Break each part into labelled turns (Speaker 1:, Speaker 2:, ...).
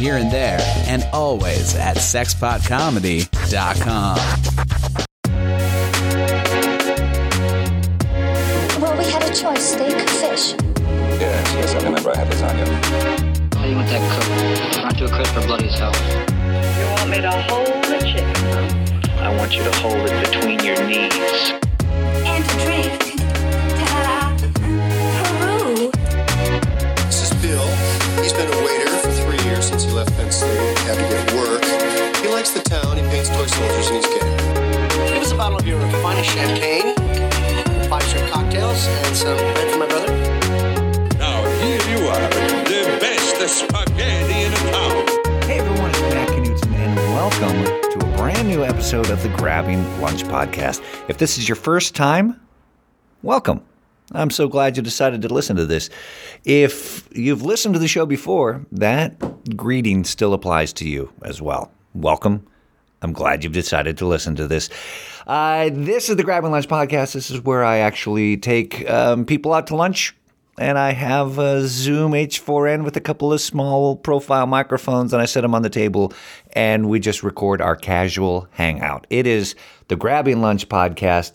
Speaker 1: here and there, and always at sexpotcomedy.com.
Speaker 2: Well, we had a choice steak, fish.
Speaker 3: Yes, yes, I remember I had lasagna.
Speaker 4: How do you want that cooked? Not too crisp or bloody as hell.
Speaker 5: You want me to hold the chicken? I want you to hold it between your knees.
Speaker 2: And to drink. Ta-da. Peru.
Speaker 6: This is Bill. He's been a waiter for three years since he left Penn State. Had to get work. He likes the town. He paints toy soldiers and he's gay.
Speaker 7: Give us a bottle of your finest champagne, five shrimp cocktails, and some bread for my brother.
Speaker 8: Now here you are, the best spaghetti in town.
Speaker 9: Hey everyone, it's Matt Knutson, and welcome to a brand new episode of the Grabbing Lunch Podcast. If this is your first time, welcome. I'm so glad you decided to listen to this. If you've listened to the show before, that greeting still applies to you as well. Welcome. I'm glad you've decided to listen to this. Uh, this is the Grabbing Lunch Podcast. This is where I actually take um, people out to lunch and I have a Zoom H4n with a couple of small profile microphones, and I set them on the table, and we just record our casual hangout. It is the Grabbing Lunch podcast,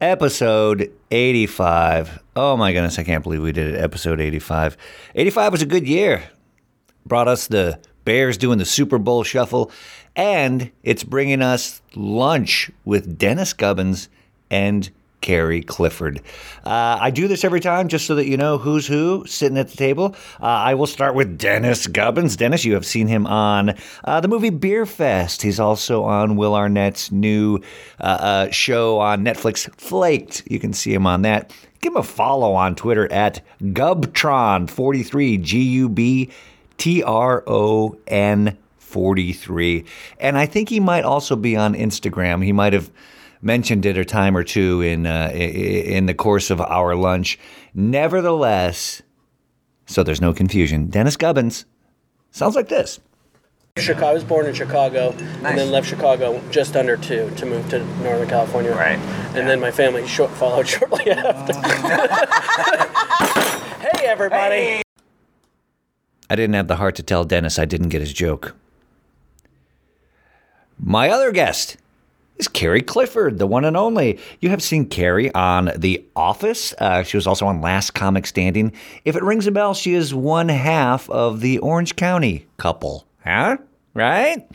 Speaker 9: episode 85. Oh my goodness, I can't believe we did it. Episode 85. 85 was a good year brought us the Bears doing the Super Bowl shuffle, and it's bringing us lunch with Dennis Gubbins and Carrie Clifford. Uh, I do this every time just so that you know who's who sitting at the table. Uh, I will start with Dennis Gubbins. Dennis, you have seen him on uh, the movie Beer Fest. He's also on Will Arnett's new uh, uh, show on Netflix, Flaked. You can see him on that. Give him a follow on Twitter at Gubtron43, G U B T R O N 43. And I think he might also be on Instagram. He might have mentioned it a time or two in uh, i- i- in the course of our lunch. Nevertheless, so there's no confusion. Dennis Gubbins sounds like this.
Speaker 7: Chicago. I was born in Chicago and then left Chicago just under two to move to Northern California. Right. And then my family short followed shortly after. hey, everybody.
Speaker 9: I didn't have the heart to tell Dennis I didn't get his joke. My other guest is Carrie Clifford, the one and only. You have seen Carrie on The Office. Uh, she was also on Last Comic Standing. If it rings a bell, she is one half of the Orange County couple. Huh? Right?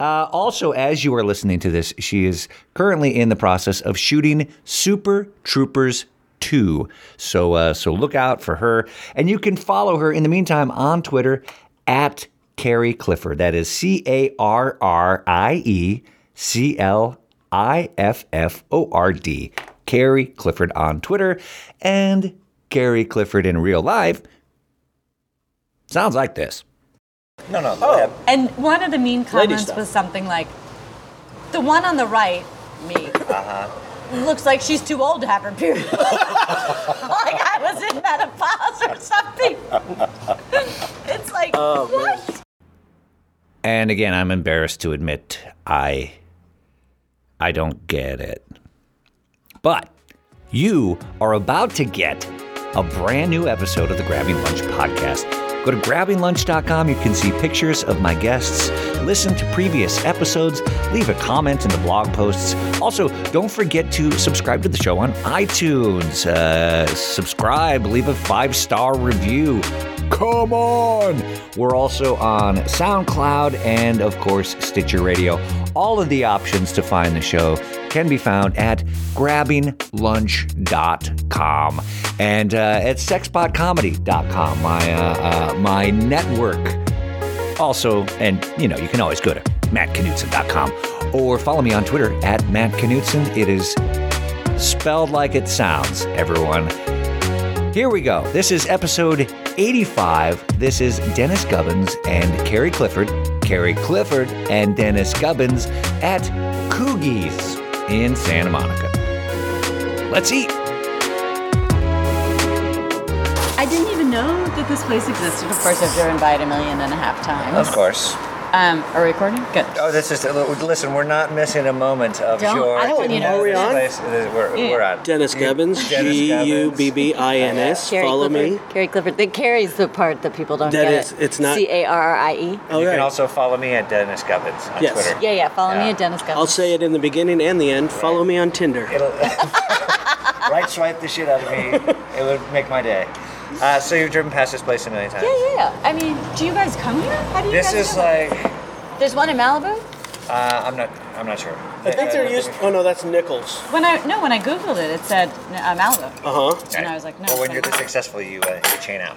Speaker 9: Uh, also, as you are listening to this, she is currently in the process of shooting Super Troopers two. So uh, so look out for her, and you can follow her in the meantime on Twitter at Carrie Clifford. That is C A R R I E C L I F F O R D. Carrie Clifford on Twitter, and Carrie Clifford in real life sounds like this.
Speaker 10: And one of the mean comments
Speaker 7: stuff.
Speaker 10: was something like, "The one on the right, me,
Speaker 7: Uh-huh.
Speaker 10: looks like she's too old to have her period." like I was in menopause or something. it's like what?
Speaker 9: And again, I'm embarrassed to admit I I don't get it. But you are about to get a brand new episode of the Grabbing Lunch podcast. Go to grabbinglunch.com. You can see pictures of my guests, listen to previous episodes, leave a comment in the blog posts. Also, don't forget to subscribe to the show on iTunes. Uh, subscribe, leave a five star review. Come on! We're also on SoundCloud and, of course, Stitcher Radio. All of the options to find the show can be found at grabbinglunch.com and uh, at sexpotcomedy.com, my, uh, uh, my network. Also, and you know, you can always go to mattknudsen.com or follow me on Twitter at mattknudsen. It is spelled like it sounds, everyone. Here we go. This is episode 85. This is Dennis Gubbins and Carrie Clifford. Carrie Clifford and Dennis Gubbins at Coogie's in Santa Monica. Let's eat.
Speaker 10: I didn't even know that this place existed. Of course, I've driven by it a million and a half times.
Speaker 9: course.
Speaker 10: Um, are we recording? Good.
Speaker 9: Oh, this is listen. We're not missing a moment of
Speaker 10: Don't-
Speaker 9: your.
Speaker 10: I don't want you to
Speaker 7: Are we on?
Speaker 9: Place. We're, we're on.
Speaker 7: Dennis Gubbins,
Speaker 9: Dennis
Speaker 7: G U B B I N S.
Speaker 11: Carrie
Speaker 7: Follow
Speaker 11: Clifford.
Speaker 7: me.
Speaker 11: Carrie Clifford. The Carrie's the part that people don't
Speaker 7: That
Speaker 11: get.
Speaker 7: is- it's not-
Speaker 11: C A R R I E.
Speaker 7: All
Speaker 9: You
Speaker 7: right.
Speaker 9: can also follow me at Dennis Gubbins on
Speaker 7: Yes.
Speaker 9: Twitter.
Speaker 11: Yeah, yeah. Follow
Speaker 9: Yeah.
Speaker 11: me at Dennis Gubbins.
Speaker 7: I'll say it in the beginning and the end. Follow me on Tinder.
Speaker 9: It'll right swipe the shit out of me. It would make my day. Uh, so you've driven past this place a million times.
Speaker 10: Yeah, yeah, yeah. I mean, do you guys come here? How do you
Speaker 9: This
Speaker 10: guys
Speaker 9: is
Speaker 10: know?
Speaker 9: like
Speaker 10: There's one in Malibu?
Speaker 9: uh, I'm not I'm not sure.
Speaker 7: I think they're used. Oh no, that's Nichols.
Speaker 10: When I no, when I googled it, it said uh, Malibu.
Speaker 7: Uh huh.
Speaker 10: And I was like, no.
Speaker 9: Well, when
Speaker 10: it's
Speaker 9: you're
Speaker 10: not.
Speaker 9: this successful, you uh, you chain out.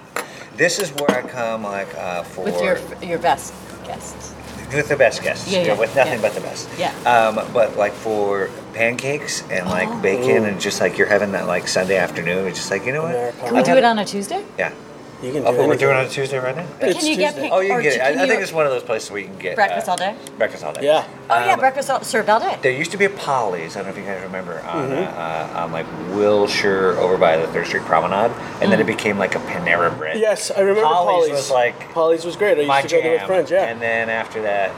Speaker 9: This is where I come like uh, for
Speaker 10: with your your best guest.
Speaker 9: with the best guests.
Speaker 10: Yeah,
Speaker 9: you know,
Speaker 10: yeah,
Speaker 9: with nothing
Speaker 10: yeah.
Speaker 9: but the best.
Speaker 10: Yeah. Oh.
Speaker 9: Um, but like for pancakes and like bacon and just like you're having that like Sunday afternoon, it's just like you know what?
Speaker 7: Americano.
Speaker 10: Can we do it on a Tuesday?
Speaker 9: Yeah.
Speaker 7: You can do
Speaker 9: Oh, but we're doing it on
Speaker 7: anything.
Speaker 9: a Tuesday right now.
Speaker 10: But
Speaker 7: It's
Speaker 10: can you get
Speaker 7: Tuesday.
Speaker 10: pic-
Speaker 9: Oh, you
Speaker 10: or
Speaker 9: can get it. I,
Speaker 10: can
Speaker 9: I think
Speaker 10: you-
Speaker 9: it's one of those places where you can get uh,
Speaker 10: Breakfast all day?
Speaker 9: Breakfast all day.
Speaker 7: Yeah.
Speaker 10: Oh yeah, breakfast all served all day.
Speaker 9: um, There used to be a Polly's. I don't know if you guys remember on,
Speaker 7: Mm-hmm.
Speaker 9: uh, uh, on like Wilshire over by the Third Street Promenade, and then it became like a Panera Bread.
Speaker 7: Mm-hmm. Yes, I remember
Speaker 9: Polly's
Speaker 7: Polly's.
Speaker 9: was like
Speaker 7: Polly's was great. I used
Speaker 9: my
Speaker 7: to
Speaker 9: jam.
Speaker 7: go there with friends. Yeah.
Speaker 9: And then after that,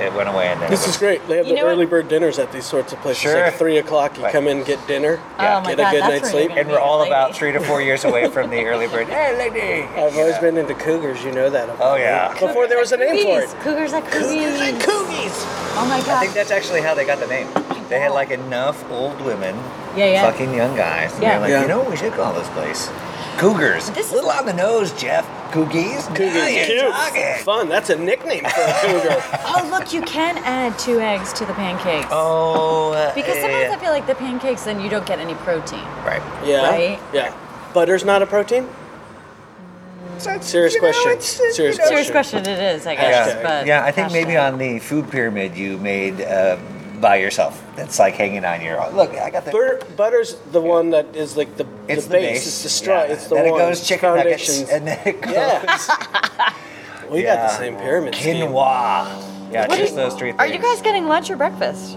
Speaker 9: it went away. And then
Speaker 7: This
Speaker 9: it was,
Speaker 7: is great. They have
Speaker 10: You
Speaker 7: the
Speaker 10: know what?
Speaker 7: early bird dinners at these sorts of places.
Speaker 9: Sure.
Speaker 7: Like three o'clock, you
Speaker 9: Right.
Speaker 7: come in, get dinner,
Speaker 9: Yeah.
Speaker 10: Oh my
Speaker 7: get
Speaker 10: god,
Speaker 7: a good
Speaker 10: that's where you're
Speaker 7: night's sleep.
Speaker 10: gonna
Speaker 9: And
Speaker 10: be
Speaker 9: we're all
Speaker 10: late.
Speaker 9: about three to four years away from the early bird. Hey, lady.
Speaker 7: I've always been into cougars. You know that.
Speaker 9: Oh yeah.
Speaker 7: Before there was a name for it.
Speaker 10: Coogies. Cougars like coogies.
Speaker 9: Coogies.
Speaker 10: Oh my
Speaker 9: I
Speaker 10: god.
Speaker 9: think that's actually how they got the name. They had like enough old women,
Speaker 10: Yeah, yeah.
Speaker 9: fucking young guys. And
Speaker 10: Yeah.
Speaker 9: They're like,
Speaker 7: Yeah.
Speaker 9: you know what we should call this place? Cougars.
Speaker 10: This is-
Speaker 9: Little on the nose, Jeff. Coogies. Now
Speaker 7: Cougars,
Speaker 9: you're
Speaker 7: cute,
Speaker 9: talking.
Speaker 7: fun. That's a nickname for a cougar.
Speaker 10: Oh look, you can add two eggs to the pancakes.
Speaker 9: Oh. uh,
Speaker 10: Because
Speaker 9: yeah,
Speaker 10: sometimes
Speaker 9: yeah.
Speaker 10: I feel like the pancakes, then you don't get any protein.
Speaker 9: Right.
Speaker 7: yeah,
Speaker 10: Right?
Speaker 7: yeah. Butter's not a protein. Serious
Speaker 9: you know,
Speaker 7: question.
Speaker 9: it's- it's,
Speaker 7: Serious
Speaker 9: you know,
Speaker 10: Serious
Speaker 7: Sure.
Speaker 10: question, it is, I guess.
Speaker 9: Yeah.
Speaker 10: But
Speaker 9: yeah, I think maybe
Speaker 10: hashtag.
Speaker 9: on the food pyramid you made uh, by yourself. That's like hanging on your. Look, I got the.
Speaker 7: Butter, butter's the one that is like the,
Speaker 9: It's
Speaker 7: the base. It's the straw.
Speaker 9: yeah.
Speaker 7: It's the
Speaker 9: then
Speaker 7: one.
Speaker 9: it goes chicken
Speaker 7: foundations.
Speaker 9: nuggets, and then it goes
Speaker 7: yeah. we got the
Speaker 9: Yeah.
Speaker 7: same pyramid. scheme.
Speaker 9: quinoa. Yeah,
Speaker 10: What
Speaker 9: just
Speaker 10: is-
Speaker 9: those three things.
Speaker 10: Are you guys getting lunch or breakfast?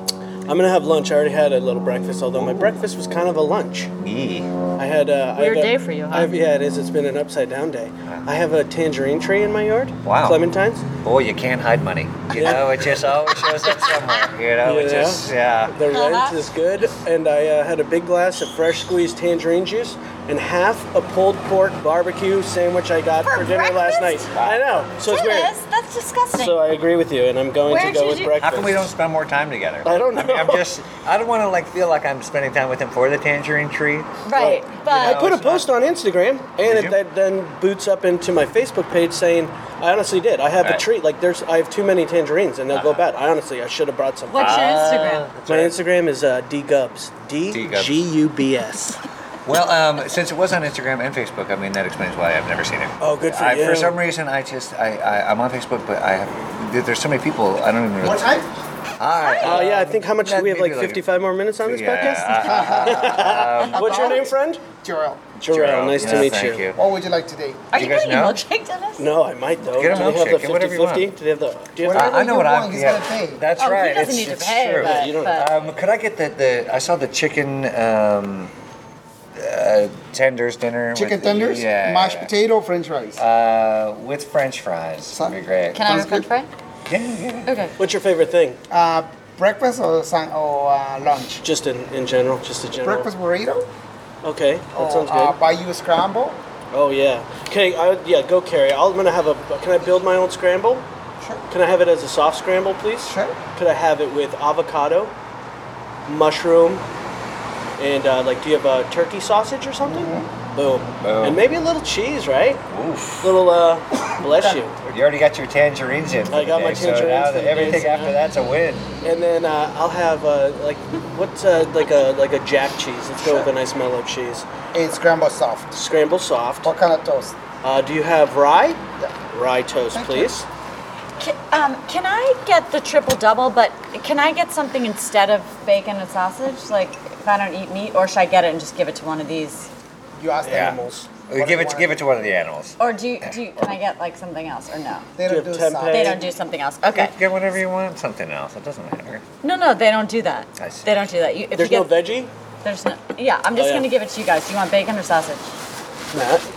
Speaker 7: I'm gonna have lunch. I already had a little breakfast, although my breakfast was kind of a lunch.
Speaker 9: Me.
Speaker 7: I had uh,
Speaker 10: Weird
Speaker 7: I have a,
Speaker 10: day for you, huh?
Speaker 7: I've, yeah, it is. It's been an upside down day. I have a tangerine tree in my yard.
Speaker 9: Wow.
Speaker 7: Clementines.
Speaker 9: Boy, you can't hide money. You know, it just always shows up somewhere. You know, it
Speaker 7: Yeah.
Speaker 9: just yeah.
Speaker 7: The
Speaker 10: Uh-huh.
Speaker 7: rent is good, and I uh, had a big glass of fresh squeezed tangerine juice and half a pulled pork barbecue sandwich I got
Speaker 10: For
Speaker 7: for, dinner last night.
Speaker 10: breakfast?
Speaker 7: I know, so it's
Speaker 10: Dennis,
Speaker 7: weird.
Speaker 10: that's disgusting.
Speaker 7: So I agree with you, and I'm going
Speaker 10: Where
Speaker 7: to go
Speaker 10: did
Speaker 7: with
Speaker 10: you-
Speaker 7: breakfast.
Speaker 9: How come we don't spend more time together?
Speaker 7: I don't
Speaker 9: I mean, I'm
Speaker 7: know.
Speaker 9: just. I don't want to like feel like I'm spending time with him for the tangerine tree.
Speaker 10: right,
Speaker 7: I
Speaker 10: but
Speaker 7: put a
Speaker 9: it's not.
Speaker 7: post on Instagram, and
Speaker 9: you?
Speaker 7: it, that then boots up into my Facebook page saying, "I honestly did. I have
Speaker 9: Right. Uh-huh.
Speaker 7: a treat. Like there's, I have too many tangerines, and they'll go bad. I honestly, I should have brought some.
Speaker 10: what's
Speaker 9: Uh,
Speaker 10: your Instagram?
Speaker 7: My Instagram is uh, dgubs. D
Speaker 9: dgubs.
Speaker 7: G U B S.
Speaker 9: Well, um, since it was on Instagram and Facebook, I mean that explains why I've never seen it.
Speaker 7: Oh, good for
Speaker 9: I, For
Speaker 7: you.
Speaker 9: some reason, I just I, I I'm on Facebook, but I have, there- there's so many people I don't even. Really,
Speaker 6: What's that?
Speaker 9: Hi. Um,
Speaker 7: Oh yeah, I think how much do we have?
Speaker 9: maybe
Speaker 7: Like
Speaker 9: like a-
Speaker 7: 55 more minutes on this
Speaker 9: yeah,
Speaker 7: podcast. What's your name, friend?
Speaker 6: Jarrell,
Speaker 7: Jarrell. Nice
Speaker 9: Yeah,
Speaker 7: to meet
Speaker 9: thank
Speaker 7: you.
Speaker 9: you.
Speaker 6: what would you like today?
Speaker 10: Are
Speaker 9: you
Speaker 10: you,
Speaker 9: guys
Speaker 10: getting a
Speaker 9: know?
Speaker 10: milkshake, Dennis?
Speaker 7: No, I might though.
Speaker 9: Get a
Speaker 7: do they have the
Speaker 9: milkshake, whatever
Speaker 7: 50
Speaker 9: you want.
Speaker 7: 50? Do they have the. Do you
Speaker 9: I,
Speaker 7: have
Speaker 9: I know what
Speaker 6: you
Speaker 9: I'm.
Speaker 6: want, he's
Speaker 9: yeah,
Speaker 6: gonna pay.
Speaker 9: That's
Speaker 10: Oh, he
Speaker 9: right.
Speaker 10: doesn't need to pay,
Speaker 9: true.
Speaker 10: but-
Speaker 7: you don't-
Speaker 10: but-
Speaker 9: Um, could I get the, the I saw the chicken um, uh, tenders dinner.
Speaker 6: Chicken
Speaker 9: with,
Speaker 6: tenders,
Speaker 9: yeah,
Speaker 6: mashed
Speaker 9: yeah.
Speaker 6: potato, French fries.
Speaker 9: Uh, with French fries. That'd be great.
Speaker 10: Can I have a
Speaker 6: Sounds
Speaker 10: french
Speaker 6: good.
Speaker 10: fry?
Speaker 9: Yeah, yeah.
Speaker 10: Okay.
Speaker 7: the- What's your favorite thing?
Speaker 6: Uh, breakfast or san- or uh, lunch?
Speaker 7: Just in, in general, just a general.
Speaker 6: Breakfast burrito.
Speaker 7: Okay, that sounds
Speaker 6: or, Uh,
Speaker 7: good.
Speaker 6: Bayou scramble.
Speaker 7: Oh yeah. Okay, I, yeah, go Carrie. I'll, I'm gonna have a. Can I build my own scramble?
Speaker 6: Sure.
Speaker 7: Can I have it as a soft scramble, please?
Speaker 6: Sure.
Speaker 7: Could I have it with avocado, mushroom, and uh, like, do you have a turkey sausage or something?
Speaker 6: Mm-hmm.
Speaker 7: Boom.
Speaker 9: Boom.
Speaker 7: And maybe a little cheese, right?
Speaker 9: Oof.
Speaker 7: Little, uh, bless you.
Speaker 9: You already got your tangerines in. for
Speaker 7: I
Speaker 9: the
Speaker 7: got
Speaker 9: day,
Speaker 7: my
Speaker 9: So now
Speaker 7: tangerines for
Speaker 9: that
Speaker 7: the
Speaker 9: everything
Speaker 7: day, so
Speaker 9: after
Speaker 7: now-
Speaker 9: that's a win.
Speaker 7: And then uh, I'll have uh, like, what's uh, like a like a jack cheese? Let's go with a nice mellow cheese.
Speaker 6: It's scrambled soft.
Speaker 7: Scramble soft.
Speaker 6: What kind of toast?
Speaker 7: Uh, do you have rye? Rye toast,
Speaker 6: Thank you.
Speaker 7: please.
Speaker 10: Can, um, can I get the triple double, but can I get something instead of bacon and sausage? Like, if I don't eat meat, or should I get it and just give it to one of these?
Speaker 6: You ask the
Speaker 9: Yeah.
Speaker 6: animals.
Speaker 9: We give it give it to one of the animals.
Speaker 10: Or do you, do you, can I get like something else, or no?
Speaker 6: They
Speaker 7: Do you
Speaker 6: don't
Speaker 7: have
Speaker 6: do
Speaker 7: tempeh?
Speaker 6: salad.
Speaker 10: They don't do something else. Okay.
Speaker 9: Get whatever you want. Something else. It doesn't matter.
Speaker 10: No, no, they don't do that.
Speaker 9: I see.
Speaker 10: They don't do that. You, if
Speaker 7: There's
Speaker 10: you
Speaker 7: no
Speaker 10: get,
Speaker 7: veggie.
Speaker 10: There's no. Yeah, I'm just
Speaker 7: Oh, yeah.
Speaker 10: gonna give it to you guys. Do you want bacon or sausage?
Speaker 7: Matt.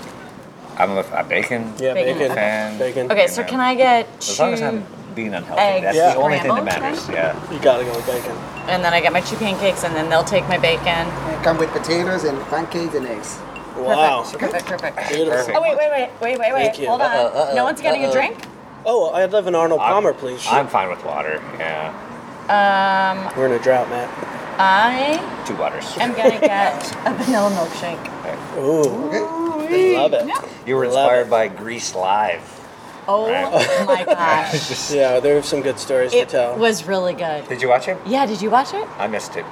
Speaker 9: I'm a, a bacon.
Speaker 7: Yeah,
Speaker 10: Bacon.
Speaker 7: bacon.
Speaker 9: Fan.
Speaker 7: Bacon.
Speaker 10: Okay, so can I get two?
Speaker 9: As long as I'm being unhealthy.
Speaker 10: Eggs,
Speaker 9: That's
Speaker 10: Yeah.
Speaker 9: the only thing that
Speaker 10: scrambled
Speaker 9: matters. Yeah.
Speaker 7: You gotta go with bacon.
Speaker 10: And then I get my two pancakes, and then they'll take my bacon.
Speaker 12: Come with potatoes and pancakes and eggs.
Speaker 7: Wow.
Speaker 10: Perfect, perfect.
Speaker 7: Beautiful.
Speaker 10: Oh, wait, wait, wait, wait, wait,
Speaker 7: Thank
Speaker 10: wait.
Speaker 7: you.
Speaker 10: Hold on.
Speaker 7: Uh-oh, uh-oh,
Speaker 10: no one's getting a
Speaker 7: uh-oh.
Speaker 10: drink?
Speaker 7: Oh, I'd love an Arnold Palmer, please.
Speaker 9: I'm fine with water. Yeah.
Speaker 10: Um,
Speaker 7: We're in a drought, Matt.
Speaker 10: I
Speaker 9: Two waters.
Speaker 10: am going to get a vanilla milkshake.
Speaker 7: Ooh. Love it.
Speaker 9: You were inspired by Grease Live.
Speaker 10: Oh
Speaker 9: Right.
Speaker 10: my gosh.
Speaker 7: yeah, there are some good stories
Speaker 10: It
Speaker 7: to tell.
Speaker 10: was really good.
Speaker 9: Did you watch it?
Speaker 10: Yeah, did you watch it?
Speaker 9: I missed it.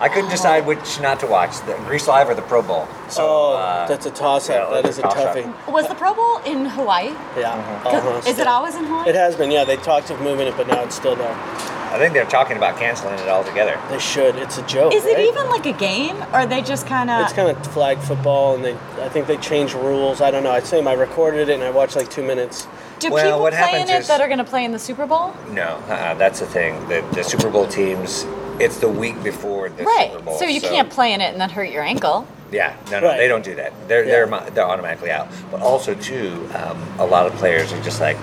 Speaker 9: I couldn't decide which not to watch: the Grease Live or the Pro Bowl. So oh,
Speaker 7: that's a toss-up. That is a toughie.
Speaker 10: Was the Pro Bowl in Hawaii?
Speaker 7: Yeah.
Speaker 9: Mm-hmm.
Speaker 10: Is
Speaker 7: Uh-huh,
Speaker 10: it
Speaker 7: still.
Speaker 10: always in Hawaii?
Speaker 7: It has been, yeah. They talked of moving it, but now it's still there.
Speaker 9: I think they're talking about canceling it altogether.
Speaker 7: They should. It's a joke.
Speaker 10: Is it
Speaker 7: right?
Speaker 10: even like a game, or are they just kind of?
Speaker 7: It's kind of flag football, and they I think they changed rules. I don't know. I'd say I recorded it and I watched like two minutes.
Speaker 10: Do
Speaker 9: Well,
Speaker 10: people
Speaker 9: what
Speaker 10: play in
Speaker 9: happens
Speaker 10: it
Speaker 9: is-
Speaker 10: that are going to play in the Super Bowl?
Speaker 9: No, uh-uh, that's the thing. The, the Super Bowl teams. It's the week before the
Speaker 10: right.
Speaker 9: Super Bowl.
Speaker 10: So you can't play in it and then hurt your ankle.
Speaker 9: Yeah, no, no,
Speaker 7: Right.
Speaker 9: they don't do that. They're they're mo- they're automatically out. But also too, um, a lot of players are just like,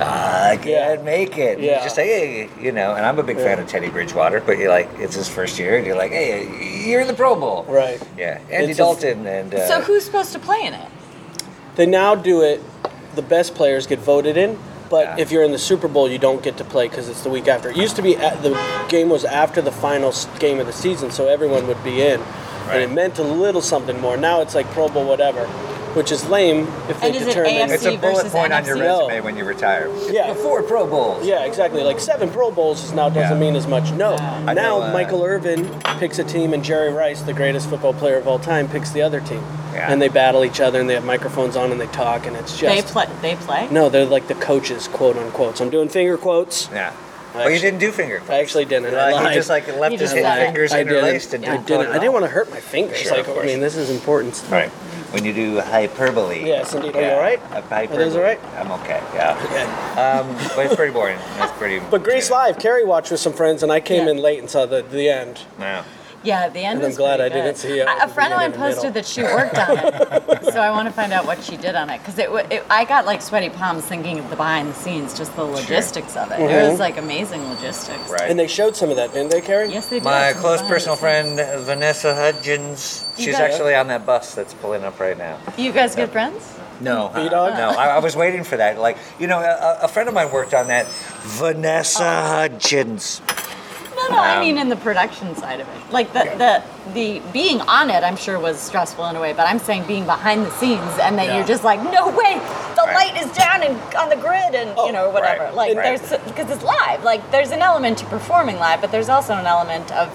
Speaker 9: "Ah, I can't make it. You
Speaker 7: Yeah.
Speaker 9: just say, hey, you know. And I'm a big fan of Teddy Bridgewater, but you're like, it's his first year, and you're like, hey, you're in the Pro Bowl,
Speaker 7: Right.
Speaker 9: Yeah, Andy
Speaker 7: It's a-
Speaker 9: Dalton and uh,
Speaker 10: so who's supposed to play in it?
Speaker 7: They now do it. The best players get voted in, but if you're in the Super Bowl, you don't get to play because it's the week after. It used to be at, the game was after the final s- game of the season, so everyone would be in, and it meant a little something more. Now it's like Pro Bowl, whatever, which is lame if they
Speaker 10: And is it
Speaker 7: determine
Speaker 10: AFC
Speaker 9: it's a bullet
Speaker 10: versus
Speaker 9: point on your
Speaker 10: NFC? No.
Speaker 9: resume when you retire.
Speaker 7: Yeah.
Speaker 9: Before Pro Bowls.
Speaker 7: Yeah, exactly. Like seven Pro Bowls is now doesn't
Speaker 9: Yeah.
Speaker 7: mean as much. No. Now
Speaker 9: I know, uh,
Speaker 7: Michael Irvin picks a team, and Jerry Rice, the greatest football player of all time, picks the other team.
Speaker 9: Yeah.
Speaker 7: And they battle each other, and they have microphones on, and they talk, and it's
Speaker 10: They
Speaker 7: just
Speaker 10: play. They play.
Speaker 7: no. They're like the coaches, quote unquote. So I'm doing finger quotes.
Speaker 9: Yeah. Well, you didn't do finger.
Speaker 7: I actually didn't. I
Speaker 9: Like,
Speaker 7: lied.
Speaker 9: he just like left
Speaker 10: You
Speaker 9: his
Speaker 10: just lied.
Speaker 9: fingers
Speaker 7: I didn't.
Speaker 9: interlaced and
Speaker 7: I
Speaker 9: didn't.
Speaker 7: didn't.
Speaker 9: put it
Speaker 7: I
Speaker 9: on.
Speaker 7: didn't want to hurt my fingers.
Speaker 9: Sure,
Speaker 7: like
Speaker 9: of
Speaker 7: I
Speaker 9: course.
Speaker 7: mean, this is important. stuff.
Speaker 9: Right. When you do hyperbole.
Speaker 7: Yes, indeed. Are you all right?
Speaker 9: Uh, hyperbole.
Speaker 7: those all right?
Speaker 9: I'm okay. Yeah. Um, but it's pretty boring. It's pretty.
Speaker 7: But Grease Live, Carrie watched with some friends, and I came
Speaker 10: Yeah.
Speaker 7: in late and saw the the end.
Speaker 9: Yeah.
Speaker 10: Yeah, at the end.
Speaker 7: And I'm
Speaker 10: was
Speaker 7: glad
Speaker 10: pretty
Speaker 7: I didn't
Speaker 10: good.
Speaker 7: see it.
Speaker 10: A- A friend of mine posted that she worked on it, so I want to find out what she did on it because it, wa- it. I got like sweaty palms thinking of the behind the scenes, just the logistics of it. It was
Speaker 7: Mhm.
Speaker 10: like amazing logistics.
Speaker 9: Right.
Speaker 7: And they showed some of that, didn't they, Carrie?
Speaker 10: Yes, they did.
Speaker 9: My
Speaker 10: some
Speaker 9: close
Speaker 10: behind the
Speaker 9: personal
Speaker 10: scenes.
Speaker 9: friend uh, Vanessa Hudgens.
Speaker 10: You
Speaker 9: She's
Speaker 10: got it.
Speaker 9: actually on that bus that's pulling up right now.
Speaker 10: You guys good friends?
Speaker 9: No, uh,
Speaker 7: B-Dog?
Speaker 9: no. I, I was waiting for that. Like, you know, a, a friend of mine worked on that. Vanessa
Speaker 10: Oh.
Speaker 9: Hudgens.
Speaker 10: No, no. I
Speaker 9: Um,
Speaker 10: mean, in the production side of it, like the the the being on it, I'm sure was stressful in a way. But I'm saying being behind the scenes, and then
Speaker 7: Yeah.
Speaker 10: you're just like, no way, the
Speaker 9: Right. Oh,
Speaker 10: light is down and on the grid, and you know whatever.
Speaker 9: right,
Speaker 10: Like
Speaker 9: right.
Speaker 10: there's because it's live. Like there's an element to performing live, but there's also an element of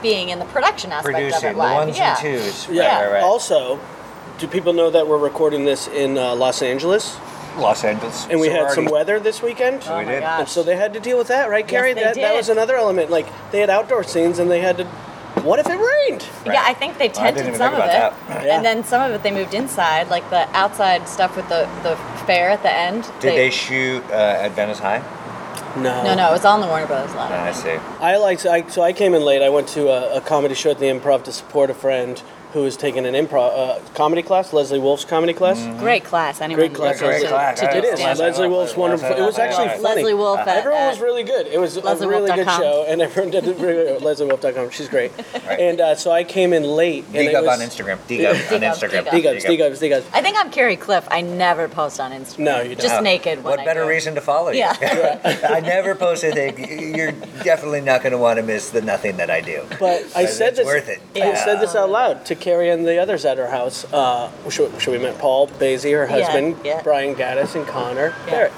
Speaker 10: being in the production aspect of
Speaker 9: Producing
Speaker 10: it
Speaker 9: the
Speaker 10: live.
Speaker 9: ones
Speaker 10: yeah.
Speaker 9: and twos. Right,
Speaker 7: Yeah.
Speaker 9: right, right.
Speaker 7: Also, do people know that we're recording this in uh, Los Angeles?
Speaker 9: Los Angeles.
Speaker 7: And we had some
Speaker 9: Sorority.
Speaker 7: weather this weekend.
Speaker 9: We did.
Speaker 10: gosh.
Speaker 7: And so they had to deal with that, right, Carrie?
Speaker 10: they
Speaker 7: that, that
Speaker 10: did.
Speaker 7: was another element. Like, they had outdoor scenes and they had to. What if it rained?
Speaker 10: Yeah, I think they
Speaker 9: Well, I didn't
Speaker 10: tented
Speaker 9: even
Speaker 10: some
Speaker 9: think
Speaker 10: of it,
Speaker 9: about that.
Speaker 7: Yeah.
Speaker 10: and then some of it they moved inside, like the outside stuff with the the fair at the end.
Speaker 9: Did they shoot uh, at Venice High?
Speaker 7: No.
Speaker 10: no, no, it was on the Warner Brothers lot.
Speaker 9: Uh, I see.
Speaker 7: I like I, so I came in late. I went to a, a comedy show at the Improv to support a friend who was taking an improv uh, comedy class, Leslie Wolf's comedy class.
Speaker 10: Great class. Anyone
Speaker 7: Great
Speaker 10: who
Speaker 7: class.
Speaker 10: goes
Speaker 9: Mm. Great
Speaker 10: to,
Speaker 9: class.
Speaker 10: to do
Speaker 7: It is.
Speaker 9: Yeah.
Speaker 10: stand-up.
Speaker 7: Leslie Wolf's wonderful. It was actually
Speaker 9: Leslie
Speaker 7: funny. Uh,
Speaker 10: Leslie uh, Wolf. at-
Speaker 7: Everyone was
Speaker 10: at-
Speaker 7: really good. It was a really good
Speaker 10: LeslieWolf.com.
Speaker 7: show, and everyone did really LeslieWolf.com. She's great. And uh, so I came in late. and
Speaker 9: D
Speaker 7: it
Speaker 9: Gov
Speaker 7: was-
Speaker 9: on Instagram. D Gov on
Speaker 10: D-Gov,
Speaker 9: Instagram.
Speaker 10: D-Gov.
Speaker 7: D-Gubs, D-Gubs, D-Gubs.
Speaker 10: I think I'm Carrie Cliff. I never post on Instagram.
Speaker 7: No, you don't.
Speaker 10: Just
Speaker 9: Uh,
Speaker 10: naked. when
Speaker 9: What
Speaker 10: I
Speaker 9: better
Speaker 10: do.
Speaker 9: reason to follow you?
Speaker 10: Yeah.
Speaker 9: I never post anything. You're definitely not going to want to miss the nothing that I do.
Speaker 7: But I
Speaker 9: It's
Speaker 7: said this.
Speaker 9: worth it.
Speaker 7: I
Speaker 9: Yeah.
Speaker 7: said this out loud to Carrie and the others at her house. Uh, should, should we met Paul Basie, her
Speaker 10: Yeah,
Speaker 7: husband,
Speaker 10: yeah.
Speaker 7: Brian Gaddis, and Connor
Speaker 10: Yeah.
Speaker 7: Barrett.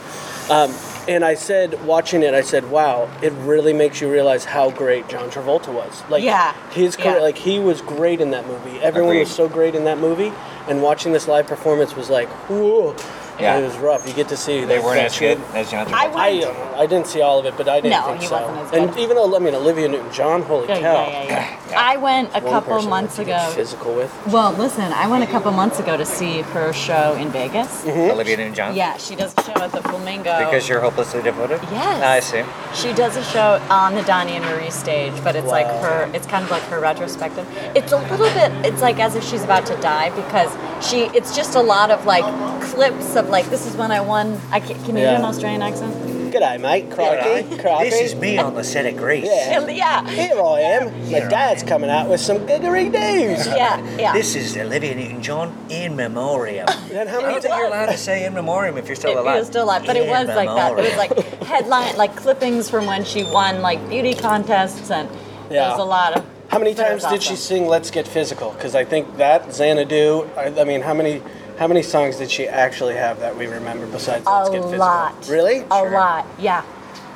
Speaker 7: Um, and I said, watching it, I said, "Wow, it really makes you realize how great John Travolta was. Like
Speaker 10: Yeah,
Speaker 7: his career,
Speaker 10: yeah.
Speaker 7: like he was great in that movie. Everyone was
Speaker 9: Agreed.
Speaker 7: so great in that movie. And watching this live performance was like, whoa,
Speaker 9: Yeah.
Speaker 7: it was rough. You get to see
Speaker 9: They
Speaker 7: that-
Speaker 9: weren't
Speaker 7: that
Speaker 9: as good
Speaker 7: she-
Speaker 9: as John
Speaker 10: I
Speaker 9: Travolta.
Speaker 10: would-
Speaker 7: I don't know. I didn't see all of it, but I didn't
Speaker 10: No,
Speaker 7: think
Speaker 10: he
Speaker 7: so.
Speaker 10: wasn't as good.
Speaker 7: And even though I mean Olivia Newton-John, holy
Speaker 10: Yeah,
Speaker 7: cow!
Speaker 10: yeah, yeah, yeah. I went a
Speaker 7: One
Speaker 10: couple
Speaker 7: person
Speaker 10: months
Speaker 7: that you get
Speaker 10: ago.
Speaker 7: Physical with.
Speaker 10: Well, listen, I went a couple months ago to see her show in Vegas.
Speaker 7: Mm-hmm.
Speaker 9: Olivia Newton-John.
Speaker 10: Yeah, she does a show at the Flamingo.
Speaker 9: Because you're hopelessly devoted.
Speaker 10: Yes.
Speaker 9: I see.
Speaker 10: She does a show on the Donnie and Marie stage, but it's like
Speaker 7: Wow.
Speaker 10: her, it's kind of like her retrospective. It's a little bit, it's like as if she's about to die because she, it's just a lot of like clips of like, this is when I won. I can, can you do an
Speaker 7: Yeah.
Speaker 10: Australian accent?
Speaker 7: G'day, mate. Crikey, crikey.
Speaker 9: This is me on the set of Grease.
Speaker 7: Yeah.
Speaker 10: yeah.
Speaker 7: Here I am. My dad's coming out with some giggery news.
Speaker 9: This is Olivia Newton-John in memoriam.
Speaker 7: Then how
Speaker 9: I
Speaker 7: many
Speaker 9: don't think you're allowed to say in memoriam if you're still
Speaker 10: It
Speaker 9: alive.
Speaker 10: was still alive, but it
Speaker 9: In
Speaker 10: was like that. It was
Speaker 9: memoriam.
Speaker 10: like headline, like clippings from when she won like beauty contests, and there
Speaker 7: Yeah.
Speaker 10: was a lot of.
Speaker 7: How many
Speaker 10: but it
Speaker 7: times
Speaker 10: was
Speaker 7: did she
Speaker 10: awesome.
Speaker 7: sing "Let's Get Physical"? Because I think that Xanadu. I, I mean, how many how many songs did she actually have that we remember besides "Let's Get
Speaker 10: A
Speaker 7: Physical"?
Speaker 10: lot.
Speaker 7: Really?
Speaker 10: A lot. Yeah.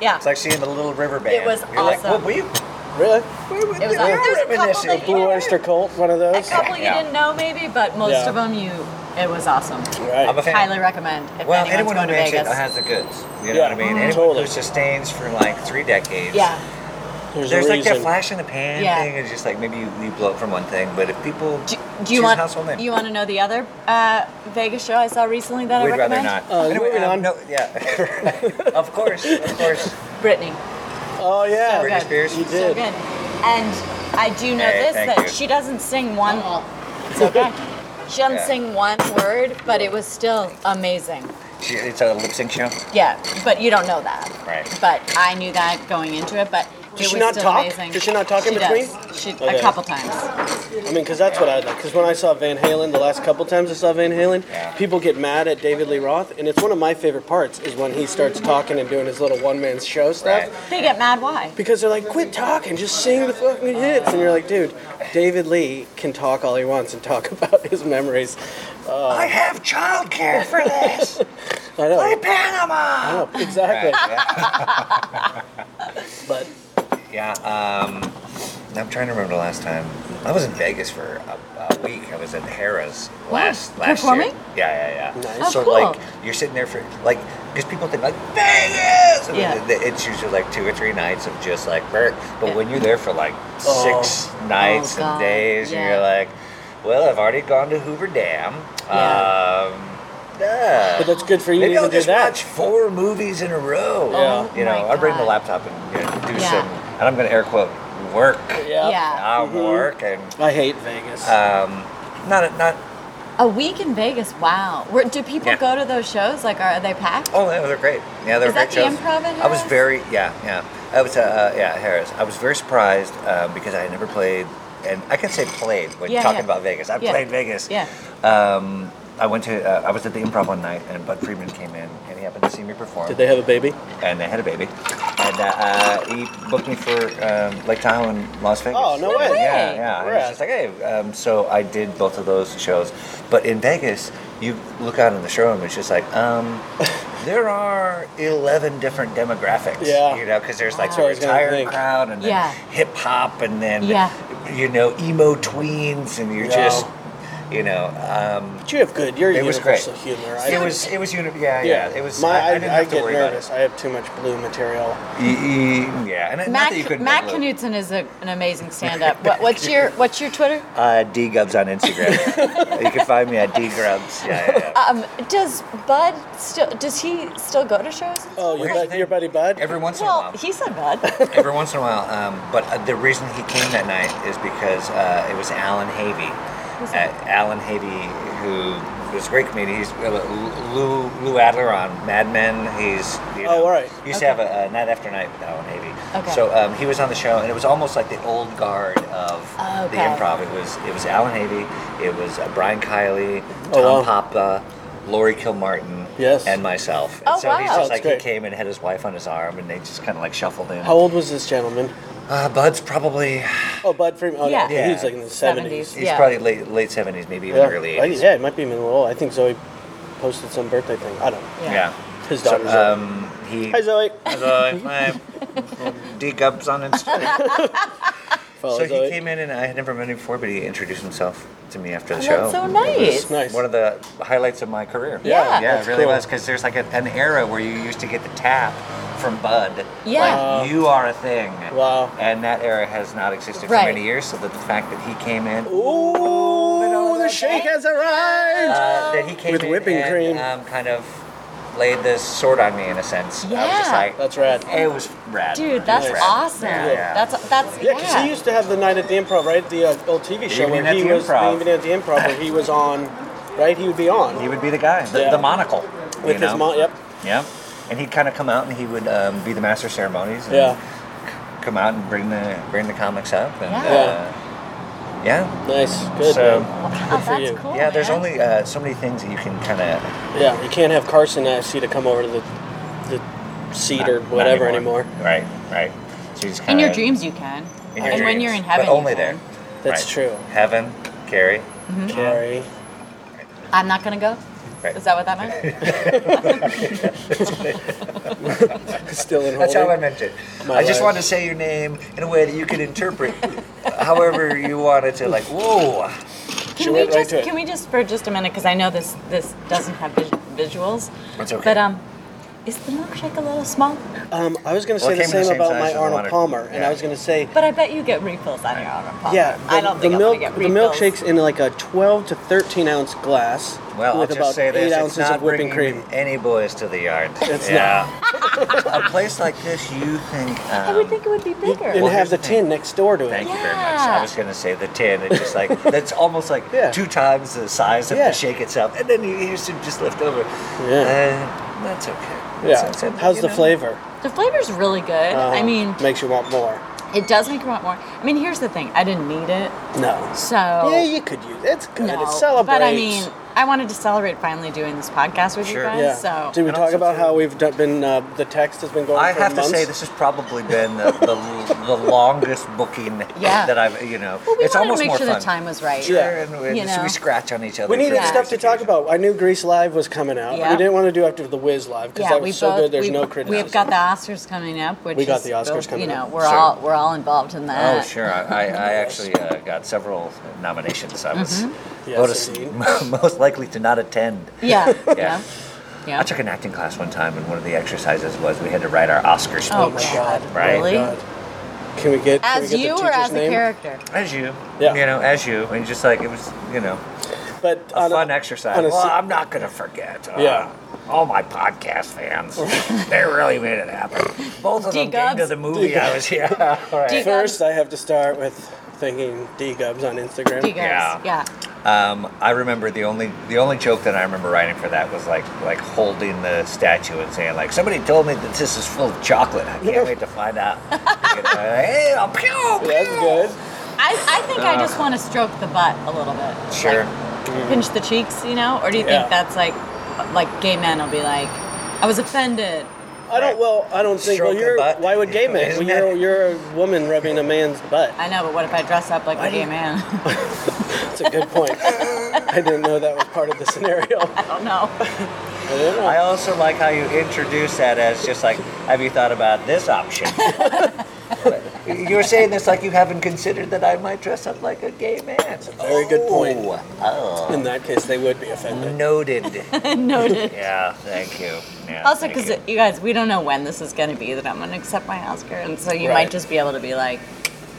Speaker 10: Yeah.
Speaker 9: It's like seeing the Little River Band.
Speaker 10: It was
Speaker 9: You're like,
Speaker 10: awesome.
Speaker 9: what were you?
Speaker 7: Really?
Speaker 10: It was awesome. There's a couple
Speaker 7: Reminiscing.
Speaker 10: that you
Speaker 7: Blue Oyster Cult, one of
Speaker 10: a
Speaker 7: those.
Speaker 10: couple you didn't know maybe, but most
Speaker 7: Yeah.
Speaker 10: of them you. It was awesome.
Speaker 7: Right. I'm a fan.
Speaker 10: Highly recommend. If
Speaker 9: Well,
Speaker 10: anyone's
Speaker 9: anyone who
Speaker 10: going to
Speaker 9: makes it
Speaker 10: Vegas.
Speaker 9: has the goods.
Speaker 7: Yeah,
Speaker 9: You know
Speaker 7: mm-hmm.
Speaker 9: what I mean? Anyone
Speaker 7: totally.
Speaker 9: who sustains for like three decades.
Speaker 10: yeah.
Speaker 9: There's,
Speaker 7: a
Speaker 9: like that
Speaker 7: reason.
Speaker 9: flash in the pan
Speaker 10: Yeah.
Speaker 9: thing. It's just like maybe you, you blow it from one thing, but if people
Speaker 10: Do you
Speaker 9: choose
Speaker 10: want?
Speaker 9: household name,
Speaker 10: You want to know the other uh, Vegas show I saw recently that
Speaker 9: we'd
Speaker 10: I
Speaker 9: rather
Speaker 10: recommend?
Speaker 9: not. anyway, um, No, yeah. of course, of course.
Speaker 10: Brittany.
Speaker 7: Oh yeah,
Speaker 9: Britney Spears. You
Speaker 10: So
Speaker 9: did.
Speaker 10: good. And I do know
Speaker 9: Hey,
Speaker 10: this
Speaker 9: thank
Speaker 10: that
Speaker 9: you.
Speaker 10: she doesn't sing one. It's okay. She doesn't
Speaker 9: Yeah.
Speaker 10: sing one word, but it was still amazing.
Speaker 9: She- It's a lip sync show,
Speaker 10: Yeah, but you don't know that.
Speaker 9: right?
Speaker 10: But I knew that going into it. But
Speaker 7: Does
Speaker 10: it
Speaker 7: she
Speaker 10: was
Speaker 7: not
Speaker 10: still
Speaker 7: talk?
Speaker 10: amazing.
Speaker 7: Does she not talk in
Speaker 10: She does.
Speaker 7: between?
Speaker 10: She,
Speaker 9: Oh,
Speaker 7: Okay.
Speaker 10: a couple times.
Speaker 7: I mean, because that's what I like. Because when I saw Van Halen, the last couple times I saw Van Halen, people get mad at David Lee Roth, and it's one of my favorite parts is when he starts talking and doing his little one man show stuff.
Speaker 10: They get mad. Why?
Speaker 7: Because they're like, quit talking, just sing the fucking hits. And you're like, dude, David Lee can talk all he wants and talk about his memories. Uh,
Speaker 9: I have childcare for this.
Speaker 7: I know.
Speaker 9: Play Panama.
Speaker 7: I know, exactly. but
Speaker 9: Yeah, um, I'm trying to remember the last time. I was in Vegas for a, a week. I was at Harrah's last
Speaker 10: Wow,
Speaker 9: last
Speaker 10: Oh, performing?
Speaker 9: year. Yeah, yeah, yeah.
Speaker 10: Nice.
Speaker 9: So
Speaker 10: Oh, cool.
Speaker 9: like you're sitting there for like because people think like Vegas. and
Speaker 10: Yeah.
Speaker 9: th- th- It's usually like two or three nights of just like brr. but when you're there for like
Speaker 10: Oh.
Speaker 9: six nights
Speaker 10: Oh, God,
Speaker 9: and days, and you're like, well, I've already gone to Hoover Dam.
Speaker 10: Yeah.
Speaker 9: Um, yeah.
Speaker 7: but that's good for you
Speaker 9: Maybe
Speaker 7: to
Speaker 9: I'll
Speaker 7: even do
Speaker 9: just
Speaker 7: that.
Speaker 9: watch four movies in a row.
Speaker 7: Oh
Speaker 9: You know,
Speaker 10: my
Speaker 9: I'll bring the
Speaker 10: God.
Speaker 9: laptop and you know, do
Speaker 10: Yeah.
Speaker 9: some, and I'm going to air quote, work.
Speaker 7: Yeah.
Speaker 10: Yeah.
Speaker 9: I'll
Speaker 7: Mm-hmm.
Speaker 9: work. And
Speaker 7: I hate Vegas.
Speaker 9: um, not, not,
Speaker 10: A week in Vegas. Wow. Where, do people
Speaker 9: Yeah.
Speaker 10: go to those shows? Like, are, are they packed?
Speaker 9: oh, yeah, they're great. Yeah, they're
Speaker 10: Is
Speaker 9: great
Speaker 10: that the
Speaker 9: shows.
Speaker 10: improv in
Speaker 9: I was
Speaker 10: Harrah's?
Speaker 9: very, yeah, yeah. I was, uh, uh, yeah, Harris. I was very surprised um, because I had never played, and I can say played when
Speaker 10: Yeah,
Speaker 9: talking
Speaker 10: yeah.
Speaker 9: about Vegas. I
Speaker 10: Yeah.
Speaker 9: played Vegas.
Speaker 10: Yeah.
Speaker 9: Um, I went to, uh, I was at the improv one night, and Bud Friedman came in, and he happened to see me perform.
Speaker 7: Did they have a baby?
Speaker 9: and they had a baby. And uh, uh, he booked me for um, Lake Tahoe in Las Vegas.
Speaker 7: Oh, no No way. way.
Speaker 9: Yeah, yeah. And
Speaker 7: Right.
Speaker 9: it's just like, hey. Um, so I did both of those shows. But in Vegas, you look out in the showroom, it's just like, um, there are 11 different demographics.
Speaker 7: Yeah.
Speaker 9: You know, because there's like
Speaker 7: Wow.
Speaker 9: the
Speaker 7: That's what I was gonna
Speaker 9: retired
Speaker 7: think.
Speaker 9: crowd and then
Speaker 10: Yeah.
Speaker 9: hip hop and then,
Speaker 10: Yeah.
Speaker 9: you know, emo tweens and you're
Speaker 7: Yeah.
Speaker 9: just, you know, um,
Speaker 7: But you have good. You're
Speaker 9: It was great.
Speaker 7: universal humor. I
Speaker 9: it
Speaker 7: don't-
Speaker 9: was it was uni- yeah, yeah it was
Speaker 7: My,
Speaker 9: I, I
Speaker 7: I,
Speaker 9: didn't have to
Speaker 7: get
Speaker 9: worry about it.
Speaker 7: nervous. I have too much blue material.
Speaker 9: E- e- Yeah, and not
Speaker 10: Matt,
Speaker 9: that you couldn't
Speaker 10: Matt
Speaker 9: upload.
Speaker 10: Knutson is a, an amazing stand-up. What, what's your What's your Twitter?
Speaker 9: Uh, D Gubs on Instagram. you can find me at D Gubs. Yeah, yeah, yeah.
Speaker 10: Um, does Bud still? Does he still go to shows?
Speaker 7: Oh, your,
Speaker 9: Here's the
Speaker 7: bud,
Speaker 9: thing.
Speaker 7: your buddy Bud?
Speaker 9: Every once in a
Speaker 10: Well,
Speaker 9: while.
Speaker 10: he said Bud.
Speaker 9: Every once in a while. Um, but uh, the reason he came that night is because uh, it was Alan Havey.
Speaker 10: Who's
Speaker 9: Uh,
Speaker 10: that?
Speaker 9: Alan Havey, who was a great comedian. He's uh, Lou, Lou Adler on Mad Men. He's you
Speaker 7: Oh,
Speaker 9: know,
Speaker 7: all right.
Speaker 9: Used to have a, a night after night with Alan Havey.
Speaker 10: Okay.
Speaker 9: So um, he was on the show, and it was almost like the old guard of the
Speaker 10: Oh, Okay.
Speaker 9: improv. It was it was Alan Havey, it was uh, Brian Kiley, Tom
Speaker 7: Oh, wow.
Speaker 9: Papa, Lori Kilmartin,
Speaker 7: Yes.
Speaker 9: and myself. And
Speaker 10: Oh,
Speaker 9: so
Speaker 10: wow.
Speaker 9: he's just
Speaker 7: That's
Speaker 9: like
Speaker 7: great.
Speaker 9: he came and had his wife on his arm, and they just kind of like shuffled in.
Speaker 7: How old was this gentleman?
Speaker 9: Uh, Bud's probably
Speaker 7: Oh, Bud Freeman. Oh,
Speaker 10: Yeah.
Speaker 7: yeah. He was like in the 70s.
Speaker 10: 70s.
Speaker 9: he's
Speaker 10: Yeah.
Speaker 9: probably late late seventies, maybe even
Speaker 7: Yeah.
Speaker 9: early
Speaker 7: I-
Speaker 9: eighties.
Speaker 7: yeah, it might be even a little. old. I think Zoe posted some birthday thing. I don't know.
Speaker 10: Yeah.
Speaker 7: His
Speaker 9: So,
Speaker 7: daughter's old.
Speaker 9: um, he.
Speaker 7: Hi, Zoe.
Speaker 9: Hello, hi. D Gubs on
Speaker 10: Oh,
Speaker 9: Instagram.
Speaker 7: Follow
Speaker 9: so he
Speaker 7: Zoe.
Speaker 9: came in and I had never met him before, but he introduced himself to me after the show.
Speaker 10: Oh, That's so
Speaker 9: It was
Speaker 10: nice.
Speaker 7: Nice.
Speaker 9: One of the highlights of my career.
Speaker 10: Yeah.
Speaker 9: yeah,
Speaker 7: That's
Speaker 9: it really
Speaker 7: cool.
Speaker 9: was because there's like a, an era where you used to get the tap from Bud.
Speaker 10: Yeah. Wow.
Speaker 9: like, you are a thing.
Speaker 7: Wow.
Speaker 9: And that era has not existed
Speaker 10: Right.
Speaker 9: for many years. So that the fact that he came in,
Speaker 7: Ooh, the shake has arrived.
Speaker 9: uh, that he came
Speaker 7: With
Speaker 9: in
Speaker 7: whipping
Speaker 9: and,
Speaker 7: cream.
Speaker 9: um, kind of laid this sword on me in a sense. I was just
Speaker 10: Yeah.
Speaker 9: like,
Speaker 7: That's rad.
Speaker 9: It was rad.
Speaker 10: Dude, that's
Speaker 9: It was rad.
Speaker 10: awesome.
Speaker 9: Yeah, yeah.
Speaker 10: That's that's
Speaker 7: Yeah, because he used to have the night at the improv, right? The uh, old TV show
Speaker 9: Evening
Speaker 7: where
Speaker 9: at
Speaker 7: he
Speaker 9: the
Speaker 7: was
Speaker 9: Improv.
Speaker 7: even at the improv, where he was on, right? He would be on
Speaker 9: he would be the guy, the,
Speaker 7: Yeah.
Speaker 9: the monocle.
Speaker 7: with
Speaker 9: you
Speaker 7: his
Speaker 9: know?
Speaker 7: mom. Yep.
Speaker 9: Yeah. and he'd kind of come out and he would um, be the master of ceremonies. And
Speaker 7: Yeah.
Speaker 9: c- Come out and bring the bring the comics up and
Speaker 7: Yeah.
Speaker 9: uh, yeah.
Speaker 7: Nice. Good,
Speaker 9: So
Speaker 7: man. Wow,
Speaker 10: Oh,
Speaker 7: Good for that's you. cool,
Speaker 9: yeah, there's
Speaker 7: man.
Speaker 9: only uh, so many things that you can kind of
Speaker 7: Yeah, you can't have Carson Ashley to come over to the the seat or
Speaker 9: Not- not
Speaker 7: whatever
Speaker 9: anymore.
Speaker 7: anymore.
Speaker 9: Right, right. So you just
Speaker 10: In
Speaker 9: kinda-
Speaker 10: your dreams, you can.
Speaker 9: in your
Speaker 10: and when
Speaker 9: dreams,
Speaker 10: you're in heaven,
Speaker 9: but only
Speaker 10: you
Speaker 9: there.
Speaker 10: can.
Speaker 7: That's true.
Speaker 9: Heaven, Carrie,
Speaker 10: Mhm.
Speaker 7: Carrie.
Speaker 10: I'm not gonna go.
Speaker 9: Right.
Speaker 10: Is that what that meant?
Speaker 7: Still in
Speaker 9: That's how I
Speaker 7: holding?
Speaker 9: meant it.
Speaker 7: My
Speaker 9: I just
Speaker 7: life.
Speaker 9: wanted to say your name in a way that you could interpret however you wanted to. Like, whoa.
Speaker 10: Can we just can we just for just a minute because I know this this doesn't have vis- visuals.
Speaker 9: That's okay.
Speaker 10: But um, is the milkshake a little small?
Speaker 7: Um, I was going to
Speaker 9: Well,
Speaker 7: say
Speaker 9: it
Speaker 7: the
Speaker 9: came
Speaker 7: same,
Speaker 9: in the same
Speaker 7: about
Speaker 9: size
Speaker 7: my
Speaker 9: as the
Speaker 7: Arnold
Speaker 9: one I-
Speaker 7: Palmer, and
Speaker 9: yeah.
Speaker 7: I was going to say,
Speaker 10: But I bet you get refills on your arm. Palmer.
Speaker 7: yeah, the,
Speaker 10: Ah, I don't
Speaker 7: the
Speaker 10: think
Speaker 7: milk,
Speaker 10: I'm gonna get
Speaker 7: the
Speaker 10: refills.
Speaker 7: milkshake's in like a 12 to 13 ounce glass
Speaker 9: Well,
Speaker 7: with
Speaker 9: I'll
Speaker 7: about
Speaker 9: just say this:
Speaker 7: eight
Speaker 9: it's
Speaker 7: ounces
Speaker 9: not
Speaker 7: of whipping
Speaker 9: bringing
Speaker 7: cream.
Speaker 9: Any boys to the yard?
Speaker 7: It's
Speaker 9: yeah. a place like this, you think? Um,
Speaker 10: I would think it would be bigger.
Speaker 7: And have the tin next door to it.
Speaker 9: Thank you very much.
Speaker 10: Yeah.
Speaker 9: I was going to say the tin. It's just like that's almost like two times the size of
Speaker 7: Yeah.
Speaker 9: the shake itself, and then you used to just lift over. Uh, that's okay.
Speaker 7: Yeah.
Speaker 9: That's- that's-
Speaker 7: How's
Speaker 9: you
Speaker 7: the
Speaker 9: know.
Speaker 7: flavor?
Speaker 10: The flavor's really good. I
Speaker 7: Uh-huh.
Speaker 10: mean,
Speaker 7: makes you want more.
Speaker 10: it does make you want more. I mean, here's the thing: I didn't need it,
Speaker 7: No.
Speaker 10: so
Speaker 7: Yeah, you could use it. It's good.
Speaker 10: No,
Speaker 7: it celebrates.
Speaker 10: But I mean, I wanted to celebrate finally doing this podcast with you guys.
Speaker 7: Yeah.
Speaker 10: So
Speaker 7: Did we talk about how we've done, been uh, the text has been going?
Speaker 9: I
Speaker 7: for
Speaker 9: have to
Speaker 7: months?
Speaker 9: say, this has probably been the, the, the longest booking
Speaker 10: Yeah.
Speaker 9: that I've, you know,
Speaker 10: Well, we
Speaker 9: it's
Speaker 10: wanted to
Speaker 9: almost
Speaker 10: make
Speaker 9: more
Speaker 10: sure the
Speaker 9: fun.
Speaker 10: time was right.
Speaker 9: Sure,
Speaker 10: Yeah.
Speaker 9: and we,
Speaker 10: You
Speaker 9: so
Speaker 10: know.
Speaker 9: we scratch on each other.
Speaker 7: We needed
Speaker 9: for-
Speaker 7: stuff to talk about. I knew Grease Live was coming out.
Speaker 10: Yeah.
Speaker 7: We didn't want to do after the Whiz Live because
Speaker 10: yeah,
Speaker 7: that
Speaker 10: we
Speaker 7: was so
Speaker 10: both
Speaker 7: good. There's
Speaker 10: we,
Speaker 7: no
Speaker 10: We've
Speaker 7: criticism.
Speaker 10: got the Oscars coming up, which
Speaker 7: We got
Speaker 10: is
Speaker 7: the Oscars
Speaker 10: both-
Speaker 7: coming
Speaker 10: You know,
Speaker 7: up.
Speaker 10: we're
Speaker 7: Sure.
Speaker 10: all we're all involved in
Speaker 9: Oh,
Speaker 10: that.
Speaker 9: sure. I, I, I actually uh, got several nominations. I was
Speaker 10: Mhm.
Speaker 7: Yes,
Speaker 9: noticed- most likely to not attend.
Speaker 10: Yeah.
Speaker 9: Yeah.
Speaker 10: yeah. Yeah.
Speaker 9: I took an acting class one time, and one of the exercises was we had to write our Oscar speech.
Speaker 10: Oh, my God.
Speaker 9: Right?
Speaker 10: Really?
Speaker 7: Can we get can we
Speaker 10: As
Speaker 7: get
Speaker 10: you
Speaker 7: the
Speaker 10: or
Speaker 7: teacher's
Speaker 10: as
Speaker 7: name?
Speaker 10: a character?
Speaker 9: As you.
Speaker 7: Yeah.
Speaker 9: You know, as you. And just like, it was, you know,
Speaker 7: But
Speaker 9: a fun exercise.
Speaker 7: on a
Speaker 9: well,
Speaker 7: se-
Speaker 9: I'm not going to forget. uh,
Speaker 7: Yeah.
Speaker 9: All my podcast fans, they really made it happen. Both of them came to
Speaker 10: D-Gubs.
Speaker 9: the movie I was here. All right.
Speaker 7: First, I have to start with thinking D Gubs on Instagram.
Speaker 10: You guys. Yeah.
Speaker 9: Um, I remember the only the only joke that I remember writing for that was like like holding the statue and saying like somebody told me that this is full of chocolate. I can't wait to find out. You know, hey, I'll pew, pew.
Speaker 7: That's good.
Speaker 10: I, I think I
Speaker 9: Uh.
Speaker 10: just want to stroke the butt a little bit.
Speaker 9: Sure.
Speaker 10: Like, pinch the cheeks, you know? Or do you
Speaker 7: Mm-hmm. Yeah.
Speaker 10: think that's like like gay men will be like, I was offended.
Speaker 7: I don't. Well, I don't think.
Speaker 10: Stroke
Speaker 7: Well,
Speaker 10: the
Speaker 7: you're.
Speaker 10: butt.
Speaker 7: Why would gay men?
Speaker 10: Isn't
Speaker 7: Well, you're, you're a woman rubbing a man's butt.
Speaker 10: I know, but what if I dress up like a gay man?
Speaker 7: That's a good point. I didn't know that was part of the scenario. I
Speaker 10: don't know.
Speaker 9: I also like how you introduce that as just like, have you thought about this option? You're saying this like you haven't considered that I might dress up like a gay man.
Speaker 7: Very good point.
Speaker 9: Oh.
Speaker 7: In that case, they would be offended.
Speaker 9: Noted.
Speaker 10: Noted.
Speaker 9: Yeah, thank you. Yeah,
Speaker 10: Also,
Speaker 9: thank
Speaker 10: because
Speaker 9: you.
Speaker 10: you guys, we don't know when this is going to be that I'm going to accept my Oscar, and so you
Speaker 9: Right.
Speaker 10: might just be able to be like,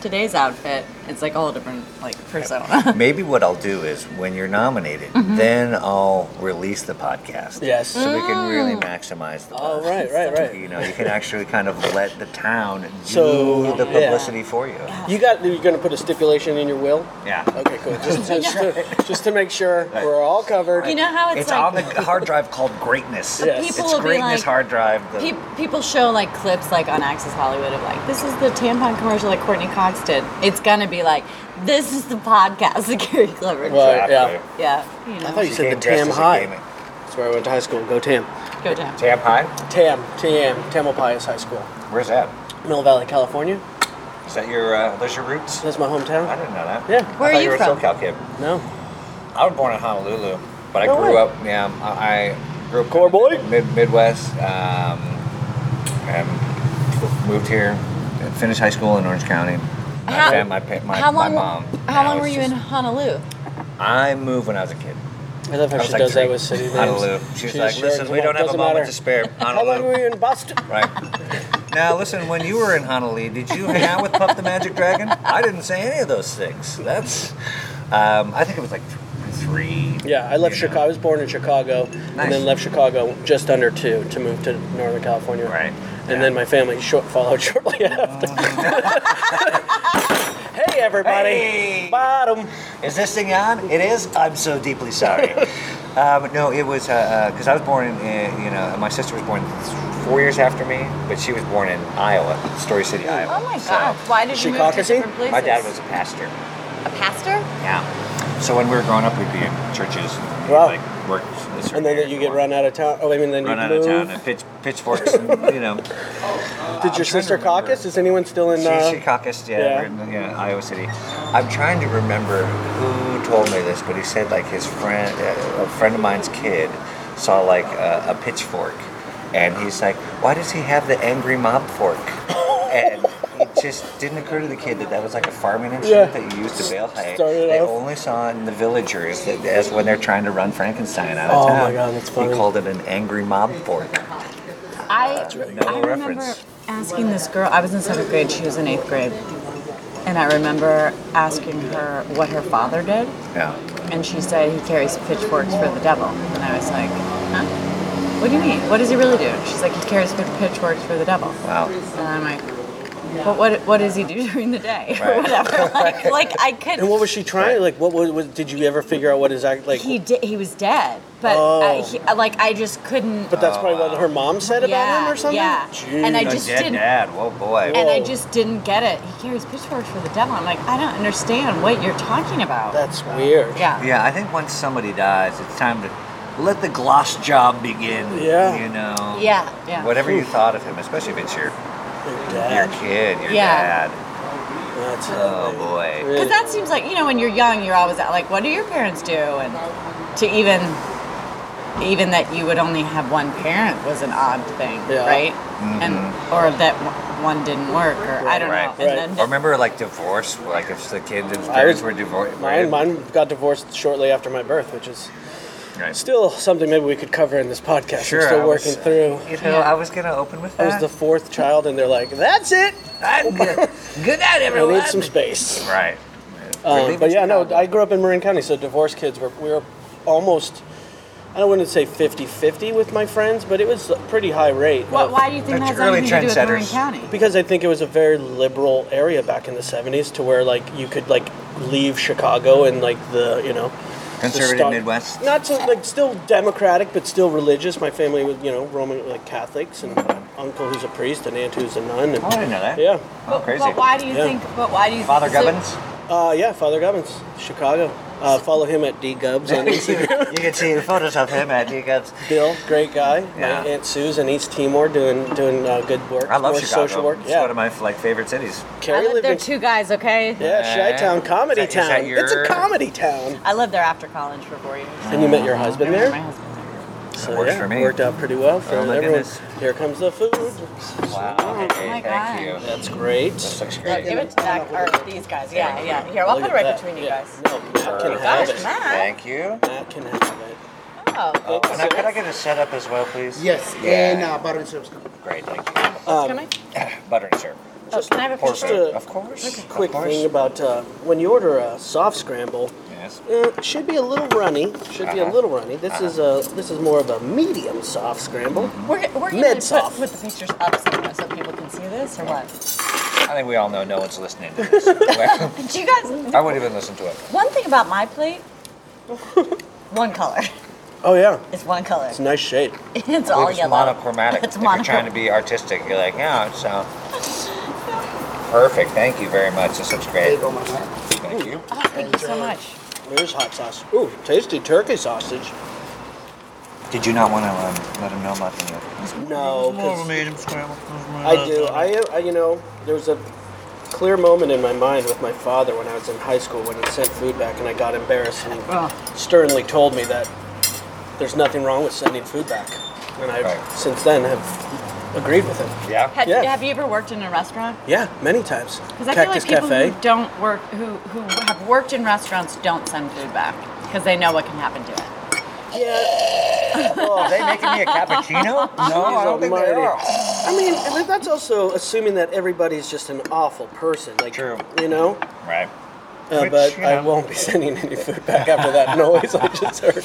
Speaker 10: today's outfit, it's like a whole different like persona.
Speaker 9: Maybe what I'll do is when you're nominated,
Speaker 10: Mhm.
Speaker 9: then I'll release the podcast.
Speaker 7: Yes.
Speaker 9: So we can really
Speaker 7: Mm.
Speaker 9: maximize the.
Speaker 7: Oh, right, right, right.
Speaker 9: You know, you can actually kind of let the town do
Speaker 7: So,
Speaker 9: the
Speaker 7: yeah.
Speaker 9: publicity for you.
Speaker 7: You got? You're gonna put a stipulation in your will?
Speaker 9: Yeah.
Speaker 7: Okay, cool. Just, just, to, just to make sure we're all covered.
Speaker 10: You know how it's
Speaker 9: It's
Speaker 10: like-
Speaker 9: on the hard drive called Greatness.
Speaker 10: But Yes. people
Speaker 9: It's
Speaker 10: will be
Speaker 9: Greatness
Speaker 10: like-
Speaker 9: hard drive. The,
Speaker 10: Pe- people show like clips like on Access Hollywood of like this is the tampon commercial that Courtney Cox did. It's gonna be like this is the podcast that Gary Glover
Speaker 7: Right,
Speaker 10: did.
Speaker 7: yeah.
Speaker 10: yeah. You know.
Speaker 7: I thought you said the Tam High. That's where I went to high school. Go Tam.
Speaker 10: Go Tam.
Speaker 9: Tam High?
Speaker 7: Tam. Tam. Tamalpais High School.
Speaker 9: Where's that?
Speaker 7: Mill Valley, California.
Speaker 9: Is that your? Uh, those your roots?
Speaker 7: That's my hometown. I
Speaker 9: didn't know that.
Speaker 7: Yeah.
Speaker 9: I thought you, were a SoCal kid.
Speaker 7: No.
Speaker 9: I was born in Honolulu, but I
Speaker 7: No
Speaker 9: grew
Speaker 7: way.
Speaker 9: up. Yeah, um, I I grew up. Core boy. Mid Midwest. Um, and moved here. Finished high school in Orange County. My,
Speaker 10: How-
Speaker 9: fam- my, pa- my,
Speaker 10: how long?
Speaker 9: my mom.
Speaker 10: how
Speaker 9: yeah,
Speaker 10: long
Speaker 9: it
Speaker 10: were
Speaker 9: was
Speaker 10: you in Honolulu?
Speaker 9: I moved when I was a kid.
Speaker 7: I love how
Speaker 9: I was
Speaker 7: she
Speaker 9: like
Speaker 7: does
Speaker 9: three.
Speaker 7: that with city names.
Speaker 9: Honolulu. She was
Speaker 7: She's
Speaker 9: like,
Speaker 7: sure,
Speaker 9: listen,
Speaker 7: come
Speaker 9: we
Speaker 7: on,
Speaker 9: don't have a
Speaker 7: doesn't
Speaker 9: moment
Speaker 7: matter."
Speaker 9: to spare.
Speaker 7: How long
Speaker 9: Honolulu.
Speaker 7: were you in Boston?
Speaker 9: Right. Now listen, when you were in Honolulu, did you hang out with Pup the Magic Dragon? I didn't say any of those things. That's, um, I think it was like th- three.
Speaker 7: Yeah, I left Chicago. I was born in Chicago,
Speaker 9: Nice.
Speaker 7: and then left Chicago just under two to move to Northern California. Right. And then my family short, followed shortly after. hey, everybody. Bottom.
Speaker 9: Is this thing on? It is. I'm so deeply sorry. um, no, it was because uh, uh 'cause I was born in, uh, you know, my sister was born four years after me, but she was born in Iowa, Story City, Iowa.
Speaker 10: Oh my
Speaker 9: So-
Speaker 10: God! Why did you move to different places?
Speaker 9: My dad was a pastor.
Speaker 10: a pastor.
Speaker 9: Yeah. So when we were growing up, we'd be in churches. And
Speaker 7: Wow.
Speaker 9: Like work. This
Speaker 7: And then you get run out of town. Oh, I mean, then
Speaker 9: run
Speaker 7: you
Speaker 9: out
Speaker 7: move.
Speaker 9: of town and pitch pitchforks. and, you know.
Speaker 7: Did your sister caucus? Is anyone still in?
Speaker 9: She,
Speaker 7: Uh,
Speaker 9: she caucused, yeah, we're in, yeah, Iowa City. I'm trying to remember who told me this, but he said like his friend, uh, a friend of mine's kid, saw like a, a pitchfork, and he's like, "Why does he have the angry mob fork?" and it just didn't occur to the kid that that was like a farming instrument that you used to bale hay.
Speaker 7: Started
Speaker 9: they
Speaker 7: off-
Speaker 9: only saw it in the villagers that, as when they're trying to run Frankenstein out
Speaker 7: Oh my
Speaker 9: of town.
Speaker 7: God, that's
Speaker 9: He
Speaker 7: funny.
Speaker 9: called it an angry mob fork.
Speaker 7: Uh,
Speaker 10: I,
Speaker 9: No
Speaker 10: I remember
Speaker 9: reference.
Speaker 10: asking this girl, I was in seventh grade, she was in eighth grade, and I remember asking her what her father did,
Speaker 9: Yeah.
Speaker 10: and she said he carries pitchforks for the devil. And I was like, huh? What do you mean? What does he really do? She's like, he carries pitchforks for the devil.
Speaker 9: Wow.
Speaker 10: And I'm like, but what, what does he do during the day?
Speaker 7: Right.
Speaker 10: Or whatever. Like, like I could.
Speaker 7: and what was she trying? Like, what was, was? Did you ever figure out what is that? Like,
Speaker 10: he did. He was dead, but
Speaker 7: Oh.
Speaker 10: uh, he, like I just couldn't.
Speaker 7: but that's probably what her mom said about
Speaker 10: yeah,
Speaker 7: him or something.
Speaker 10: Yeah. And I
Speaker 9: Jeez.
Speaker 10: just
Speaker 9: A dead
Speaker 10: didn't.
Speaker 9: dad. Whoa, boy.
Speaker 10: And I
Speaker 9: Whoa.
Speaker 10: just didn't get it. He carries pitchforks for the devil. I'm like, I don't understand what you're talking about.
Speaker 7: That's weird.
Speaker 10: Yeah.
Speaker 9: Yeah, I think once somebody dies, it's time to let the gloss job begin. Yeah. You know.
Speaker 10: Yeah, yeah.
Speaker 9: Whatever you thought of him, especially if it's your
Speaker 7: dad.
Speaker 9: your kid, your
Speaker 10: Yeah.
Speaker 9: dad. oh boy.
Speaker 10: Because that seems like you know when you're young, you're always at like, what do your parents do? And to even even that you would only have one parent was an odd thing,
Speaker 9: Yeah.
Speaker 10: right? And
Speaker 9: Mhm.
Speaker 10: or that one- one didn't work, or I don't
Speaker 9: right.
Speaker 10: know. And
Speaker 9: Or
Speaker 10: then
Speaker 9: remember, like divorce, like if the kid, his
Speaker 7: I
Speaker 9: parents
Speaker 7: was-
Speaker 9: were divorced.
Speaker 7: Mine, mine got divorced shortly after my birth, which is still something maybe we could cover in this podcast.
Speaker 9: Sure,
Speaker 7: I'm still
Speaker 9: I was-
Speaker 7: working through.
Speaker 9: You know, I was gonna open with
Speaker 7: I was
Speaker 9: that.
Speaker 7: the fourth child, and they're like, "That's it.
Speaker 9: Good night,
Speaker 7: I
Speaker 9: everyone."
Speaker 7: need some space."
Speaker 9: Right.
Speaker 7: Um, but yeah, no, I grew up in Marin County, so divorced kids were we were almost I don't want to say 50-50 with my friends, but it was a pretty high rate.
Speaker 10: What-
Speaker 7: of-
Speaker 10: why do you think that has anything to do with Marin County?
Speaker 7: Because I think it was a very liberal area back in the 70s to where like you could like leave Chicago and like the, you know, the
Speaker 9: Conservative
Speaker 7: stock-
Speaker 9: Midwest.
Speaker 7: Not so like still democratic, but still religious. My family was, you know, Roman like Catholics, and uncle who's a priest, and aunt who's a nun. And,
Speaker 9: Oh, I didn't know that.
Speaker 7: Yeah.
Speaker 9: Oh, crazy.
Speaker 10: But why do you
Speaker 7: Yeah.
Speaker 10: think? But why do you
Speaker 9: Father
Speaker 10: think, so-
Speaker 9: Gubbins?
Speaker 7: Uh, yeah, Father Gubbins, Chicago. Uh, follow him at D Gubbs on Instagram.
Speaker 9: you can see the photos of him at D Gubbs.
Speaker 7: Bill, great guy.
Speaker 9: Yeah.
Speaker 7: My aunt Sue's in East Timor doing doing uh, good work.
Speaker 9: I love
Speaker 7: more
Speaker 9: Chicago.
Speaker 7: Social work.
Speaker 9: It's
Speaker 7: Yeah.
Speaker 9: one of my like favorite cities.
Speaker 10: I
Speaker 7: Carrie
Speaker 10: lived
Speaker 7: lived
Speaker 10: there
Speaker 7: in
Speaker 10: two guys, okay?
Speaker 7: yeah, Chi-town, comedy
Speaker 9: Uh, Is that- is that
Speaker 7: town. It's a
Speaker 9: your-
Speaker 7: comedy town.
Speaker 10: I lived there after college for four years.
Speaker 7: And you met your
Speaker 10: I
Speaker 7: husband
Speaker 10: met
Speaker 7: there?
Speaker 10: My husband.
Speaker 7: So,
Speaker 9: works
Speaker 7: yeah,
Speaker 9: for me.
Speaker 7: Worked out pretty well for
Speaker 9: Oh, my
Speaker 7: everyone.
Speaker 9: goodness.
Speaker 7: Here comes the food.
Speaker 9: Wow.
Speaker 10: Oh my
Speaker 9: Hey, thank
Speaker 10: God.
Speaker 9: you.
Speaker 7: That's great.
Speaker 9: This looks
Speaker 10: Yeah,
Speaker 9: great.
Speaker 10: give it to that, or these guys. Yeah, yeah. Here, I'll
Speaker 7: Look
Speaker 10: put it
Speaker 7: at
Speaker 10: right
Speaker 7: that.
Speaker 10: between you
Speaker 7: Yeah.
Speaker 10: guys.
Speaker 7: No, Matt can have it.
Speaker 10: Matt.
Speaker 9: Thank you.
Speaker 7: Matt can have it.
Speaker 10: Oh.
Speaker 9: Oh, now, could I get a setup as well, please?
Speaker 13: Yes,
Speaker 9: Yeah.
Speaker 13: and uh, butter and syrup.
Speaker 9: Great, thank you. Uh,
Speaker 7: Uh,
Speaker 10: What's
Speaker 7: um,
Speaker 10: coming?
Speaker 9: Butter and syrup.
Speaker 10: Oh, can I have a
Speaker 9: Pour
Speaker 10: piece?
Speaker 7: Just
Speaker 9: food.
Speaker 7: a
Speaker 9: Of course.
Speaker 7: quick
Speaker 9: of course.
Speaker 7: thing about uh, when you order a soft scramble,
Speaker 9: Yes.
Speaker 7: Uh, it should be a little runny. Should be a
Speaker 9: Uh-huh.
Speaker 7: little runny. This is a this is more of a medium soft scramble.
Speaker 10: We're, we're gonna
Speaker 7: Mid
Speaker 10: put,
Speaker 7: soft.
Speaker 10: put the pictures up somewhere so people can see this, or what?
Speaker 9: I think we all know no one's listening to this.
Speaker 10: Do you guys?
Speaker 9: I wouldn't even listen to it.
Speaker 10: One thing about my plate, one color.
Speaker 7: Oh yeah,
Speaker 10: It's one color.
Speaker 7: it's a nice shape.
Speaker 10: It's all
Speaker 9: it's
Speaker 10: yellow.
Speaker 9: monochromatic.
Speaker 10: It's
Speaker 9: if you're trying to
Speaker 10: monochromatic.
Speaker 9: be artistic, you're like, yeah, it's uh, perfect. Thank you very much. This looks great. Thank you.
Speaker 10: Oh, thank you so much.
Speaker 7: There's hot sauce. Ooh, tasty turkey sausage.
Speaker 9: Did you not want to um, let him know about the
Speaker 7: No, 'cause
Speaker 9: medium scramble? uh,
Speaker 7: I do. I, I you know there was a clear moment in my mind with my father when I was in high school when he sent food back and I got embarrassed and he sternly told me that there's nothing wrong with sending food back. And I
Speaker 9: Right.
Speaker 7: since then have agreed with him.
Speaker 9: Yeah.
Speaker 10: Had,
Speaker 7: Yeah.
Speaker 10: Have you ever worked in a restaurant?
Speaker 7: Yeah, many times.
Speaker 10: Because I
Speaker 7: Cactus
Speaker 10: feel like people
Speaker 7: Cafe.
Speaker 10: who don't work, who who have worked in restaurants, don't send food back because they know what can happen to it.
Speaker 9: Are they making me a cappuccino? No, I don't think they
Speaker 7: Oh. almighty.
Speaker 9: are.
Speaker 7: I mean, and then that's also assuming that everybody's just an awful person. Like,
Speaker 9: True.
Speaker 7: you know.
Speaker 9: Right.
Speaker 7: Uh,
Speaker 9: Which,
Speaker 7: but
Speaker 9: you
Speaker 7: I
Speaker 9: know.
Speaker 7: won't be sending any food back after that noise I just heard.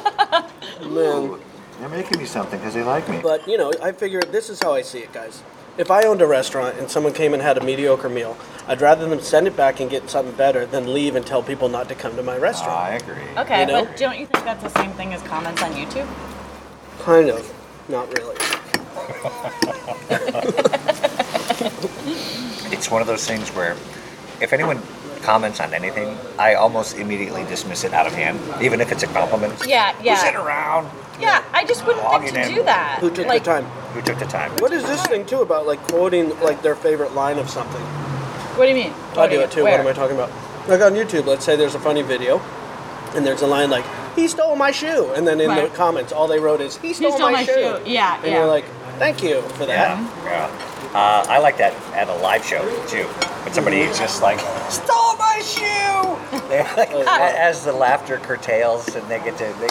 Speaker 7: Man.
Speaker 9: They're making me something because they like me.
Speaker 7: But you know, I figure this is how I see it, guys. If I owned a restaurant and someone came and had a mediocre meal, I'd rather them send it back and get something better than leave and tell people not to come to my
Speaker 9: Uh,
Speaker 7: restaurant.
Speaker 9: I agree.
Speaker 10: Okay,
Speaker 7: You know?
Speaker 10: but don't you think that's the same thing as comments on YouTube?
Speaker 7: Kind of. Not really.
Speaker 9: It's one of those things where if anyone comments on anything, I almost immediately dismiss it out of hand, even if it's a compliment.
Speaker 10: Yeah, yeah.
Speaker 9: Who's it around?
Speaker 10: Yeah, I just wouldn't
Speaker 9: Logging
Speaker 10: think to
Speaker 9: in.
Speaker 10: do that.
Speaker 7: Who took
Speaker 10: like,
Speaker 7: the time?
Speaker 9: Who took the time?
Speaker 7: What is this thing too about like quoting like their favorite line of something?
Speaker 10: What do you mean?
Speaker 7: I do it too.
Speaker 10: Where?
Speaker 7: What am I talking about? Like on YouTube, let's say there's a funny video, and there's a line like "He stole my shoe," and then in the
Speaker 10: Right.
Speaker 7: comments, all they wrote is "He stole,
Speaker 10: stole my shoe." Yeah,
Speaker 7: and
Speaker 10: yeah.
Speaker 7: you're like, "Thank you for that."
Speaker 9: Yeah, yeah. Uh, I like that at a live show too. When somebody is just like, stole my shoe. they're like,
Speaker 10: Oh,
Speaker 9: as the laughter curtails and they get to. They,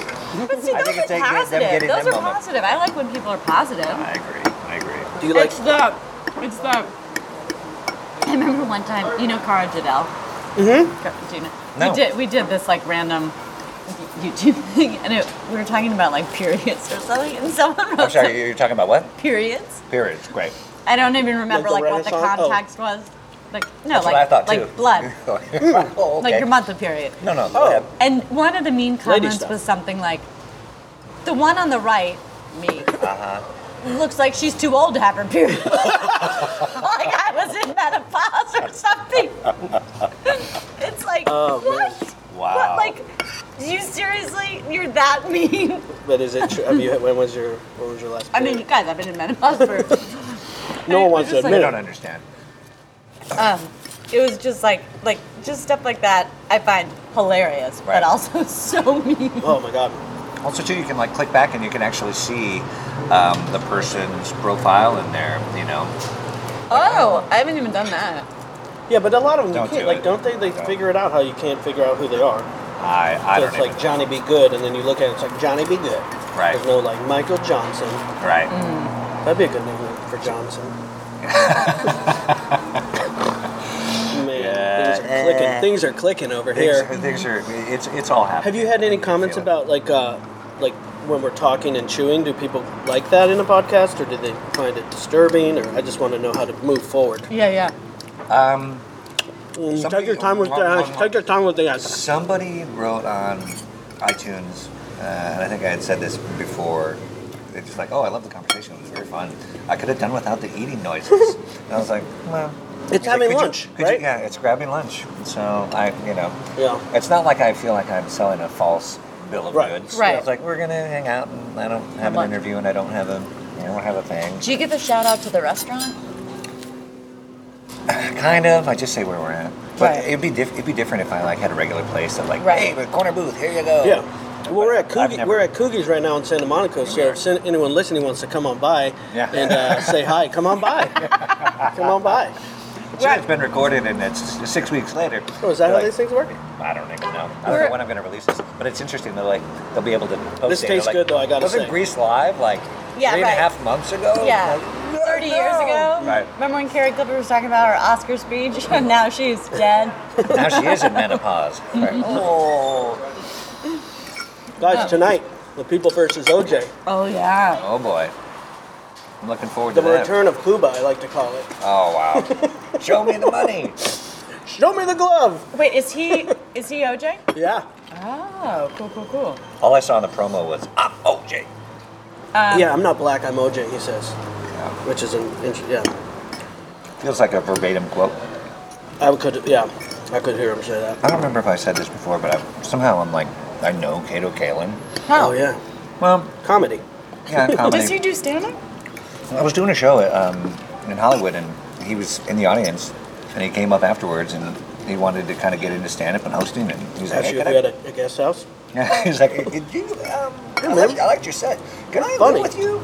Speaker 10: But see,
Speaker 9: I
Speaker 10: those
Speaker 9: think
Speaker 10: are
Speaker 9: it's like them
Speaker 10: positive.
Speaker 9: getting
Speaker 10: Those
Speaker 9: them
Speaker 10: are
Speaker 9: moment.
Speaker 10: positive. I like when people are positive.
Speaker 9: I agree. I agree.
Speaker 7: Do you like?
Speaker 10: It's the. It's the. I remember one time, you know, Cara Didel.
Speaker 7: Mm-hmm.
Speaker 10: Do you know-
Speaker 7: No.
Speaker 10: We did. We did this like random YouTube thing, and it, we were talking about like periods or something, and someone wrote
Speaker 9: I'm sorry, you're talking about what?
Speaker 10: periods.
Speaker 9: Periods. Great.
Speaker 10: I don't even remember
Speaker 9: Like
Speaker 10: like,
Speaker 9: the
Speaker 10: what the
Speaker 9: Renaissance? Oh.
Speaker 10: context was. Like no,
Speaker 9: That's
Speaker 10: Oh, like
Speaker 9: what I thought too.
Speaker 10: like blood,
Speaker 9: oh, okay.
Speaker 10: like your monthly period.
Speaker 9: No, no. go ahead.
Speaker 10: And one of the mean comments
Speaker 9: stuff.
Speaker 10: was something like, "The one on the right, me,
Speaker 9: Uh-huh.
Speaker 10: looks like she's too old to have her period." like I was in menopause or something. It's like what?
Speaker 9: Oh, Wow.
Speaker 10: What, like, you seriously? You're that mean?
Speaker 7: But is it? True? Have you? When was your? When was your last?
Speaker 10: I mean, you guys, I've been in menopause for
Speaker 7: No one wants to
Speaker 10: just like-
Speaker 7: admit.
Speaker 10: They don't
Speaker 9: understand.
Speaker 10: Um, it was just like, like, just stuff like that. I find hilarious,
Speaker 9: Right.
Speaker 10: but also so mean.
Speaker 7: Oh my god.
Speaker 9: Also, too, you can like click back and you can actually see um, the person's profile in there. You know.
Speaker 10: Oh, I haven't even done that.
Speaker 7: Yeah, but a lot of them
Speaker 9: Don't
Speaker 7: you can't.
Speaker 9: do
Speaker 7: like,
Speaker 9: it.
Speaker 7: don't they? They figure it out how you can't figure out who they are.
Speaker 9: I, I
Speaker 7: so
Speaker 9: don't
Speaker 7: it's
Speaker 9: even
Speaker 7: like Johnny Be Good, and then you look at it, it's like Johnny Be Good.
Speaker 9: Right.
Speaker 7: There's no like Michael Johnson.
Speaker 9: Right.
Speaker 7: That'd be a good name for Johnson. Man,
Speaker 9: Yeah.
Speaker 7: things are clicking. Things are clicking over here.
Speaker 9: Things, uh, things are. It's it's all happening.
Speaker 7: Have you had any comments about like uh, like when we're talking and chewing? Do people like that in a podcast, or do they find it disturbing? Or I just want to know how to move forward.
Speaker 10: Yeah, yeah.
Speaker 9: Um,
Speaker 7: take your time with the take your time with the uh,
Speaker 9: Somebody wrote on iTunes, uh, and I think I had said this before. They're just like, "Oh, I love the conversation. It was very fun. I could have done without the eating noises." and I was like, "Well,
Speaker 7: It's
Speaker 9: He's like,
Speaker 7: having
Speaker 9: "Could you-
Speaker 7: lunch,
Speaker 9: could you-
Speaker 7: right?
Speaker 9: yeah, it's grabbing lunch. So I, you know,
Speaker 7: Yeah.
Speaker 9: it's not like I feel like I'm selling a false bill of
Speaker 7: Right.
Speaker 9: goods.
Speaker 10: Right.
Speaker 9: It's like we're gonna hang out, and I don't have an
Speaker 10: Lunch.
Speaker 9: interview, and I don't have a, I don't have a thing.
Speaker 10: Did you give a shout out to the restaurant?
Speaker 9: Kind of. I just say where we're at. But
Speaker 10: Right.
Speaker 9: it'd be diff- it'd be different if I like had a regular place that like,
Speaker 7: Right.
Speaker 9: hey, we're corner booth. Here you go.
Speaker 7: Yeah. Well, we're at Coogee,
Speaker 9: never-
Speaker 7: we're at Coogie's right now in Santa Monica. So if sin- anyone listening wants to come on by
Speaker 9: Yeah.
Speaker 7: and uh, say hi, come on by. come on by.
Speaker 9: Sure, it's been recorded and it's s- six weeks later.
Speaker 7: Oh, is that
Speaker 9: They're
Speaker 7: how
Speaker 9: like,
Speaker 7: these things work?
Speaker 9: I don't even know. I don't
Speaker 7: We're-
Speaker 9: know when I'm gonna release this, but it's interesting. They're like, they'll be able to. Post
Speaker 7: This
Speaker 9: it. They're
Speaker 7: tastes
Speaker 9: like,
Speaker 7: good, though, I gotta
Speaker 9: wasn't
Speaker 7: say."
Speaker 9: Grease live like
Speaker 10: Yeah,
Speaker 9: three and a half
Speaker 10: right.
Speaker 9: months ago?
Speaker 10: yeah. 30 years ago.
Speaker 9: Oh, Right.
Speaker 10: Remember when Carrie Clipper was talking about her Oscar speech? And now she's dead.
Speaker 9: now she is in menopause. Right. Oh.
Speaker 7: Guys, tonight, the People versus OJ.
Speaker 10: Oh, yeah.
Speaker 9: Oh boy. I'm looking forward
Speaker 7: The
Speaker 9: to that.
Speaker 7: return of Cuba, I like to call it.
Speaker 9: Oh wow. Show me the money.
Speaker 7: Show me the glove.
Speaker 10: Wait, is he is he OJ?
Speaker 7: Yeah.
Speaker 10: Oh, cool, cool, cool.
Speaker 9: All I saw in the promo was "Ah, oh, I'm OJ.
Speaker 10: Um,
Speaker 7: yeah, I'm not black, I'm OJ, he says. Which is an interesting, yeah.
Speaker 9: Feels like a verbatim quote.
Speaker 7: I could, yeah, I could hear him say that.
Speaker 9: I don't remember if I said this before, but I, somehow I'm like, I know Kato Kalin.
Speaker 7: Oh, yeah.
Speaker 9: Well,
Speaker 7: comedy.
Speaker 9: Oh, Yeah, comedy.
Speaker 10: Does he do stand up?
Speaker 9: I was doing a show at, um, in Hollywood, and he was in the audience, and he came up afterwards, and he wanted to kind of get into stand up and hosting, and he was like,
Speaker 7: Ask
Speaker 9: hey,
Speaker 7: you if
Speaker 9: can
Speaker 7: we had
Speaker 9: I?
Speaker 7: a, a guest house.
Speaker 9: Yeah, he's like, "Did you, um, I, liked, I liked your set. Can I
Speaker 7: Funny.
Speaker 9: live with you?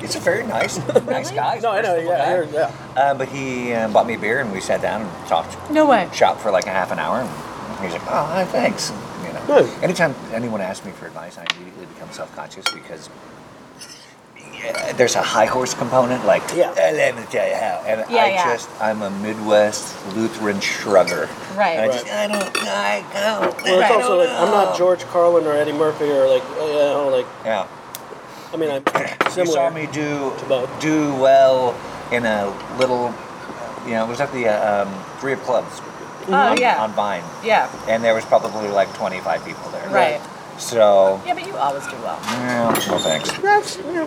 Speaker 9: He's a very nice, nice guy. No, I know, yeah,
Speaker 7: I heard, yeah.
Speaker 9: Uh, but he uh, bought me a beer, and we sat down and talked
Speaker 10: No way.
Speaker 9: shop for like a half an hour. And he's like, oh, hi, thanks. And, you know, anytime anyone asks me for advice, I immediately become self-conscious because yeah, there's a high horse component. Like, "Eh, let me tell you how. And
Speaker 10: Yeah,
Speaker 9: I
Speaker 10: yeah.
Speaker 9: just, I'm a Midwest Lutheran shrugger.
Speaker 10: Right.
Speaker 9: And I just, I don't, I don't.
Speaker 7: Well, it's
Speaker 9: I
Speaker 7: also
Speaker 9: don't
Speaker 7: like, I'm not
Speaker 9: know."
Speaker 7: George Carlin or Eddie Murphy or like, uh, you know, like,
Speaker 9: Yeah.
Speaker 7: I mean, I'm
Speaker 9: You
Speaker 7: similar.
Speaker 9: saw me do do well in a little, you know, it was at the uh, um, Three of Clubs.
Speaker 10: Oh,
Speaker 9: on,
Speaker 10: yeah.
Speaker 9: On Vine.
Speaker 10: Yeah.
Speaker 9: And there was probably like 25 people there.
Speaker 10: Right.
Speaker 9: So,
Speaker 10: Yeah, but you always do well.
Speaker 9: yeah, no thanks.
Speaker 10: That's,
Speaker 7: yeah.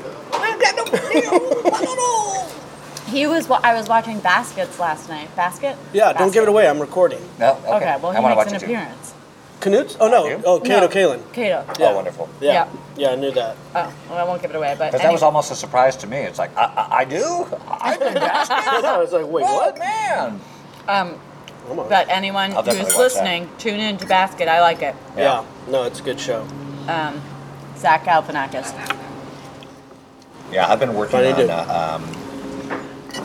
Speaker 10: He was. wa- I was watching Baskets last night. Basket.
Speaker 7: Yeah, don't give it away. I'm recording.
Speaker 9: No.
Speaker 10: Okay. well, he makes an appearance.
Speaker 7: Canute's? Oh no. Oh, Kato Kalin.
Speaker 10: Kato.
Speaker 7: Yeah.
Speaker 9: Oh, wonderful.
Speaker 7: Yeah. Yeah, I knew that.
Speaker 10: Oh, well, I won't give it away, but
Speaker 9: Because that was almost a surprise to me. It's like, I, I, I do? I've been Baskets?
Speaker 7: I was like, wait,
Speaker 9: oh,
Speaker 7: what?
Speaker 9: man.
Speaker 10: Um, but anyone
Speaker 7: I'll definitely
Speaker 10: who's
Speaker 7: watch that.
Speaker 10: listening, tune in to Basket. I like it.
Speaker 7: Yeah. No, it's a good show.
Speaker 10: Um, Zach Galifianakis.
Speaker 9: Yeah, I've been working
Speaker 7: Funny
Speaker 9: on
Speaker 7: dude.
Speaker 9: uh, um,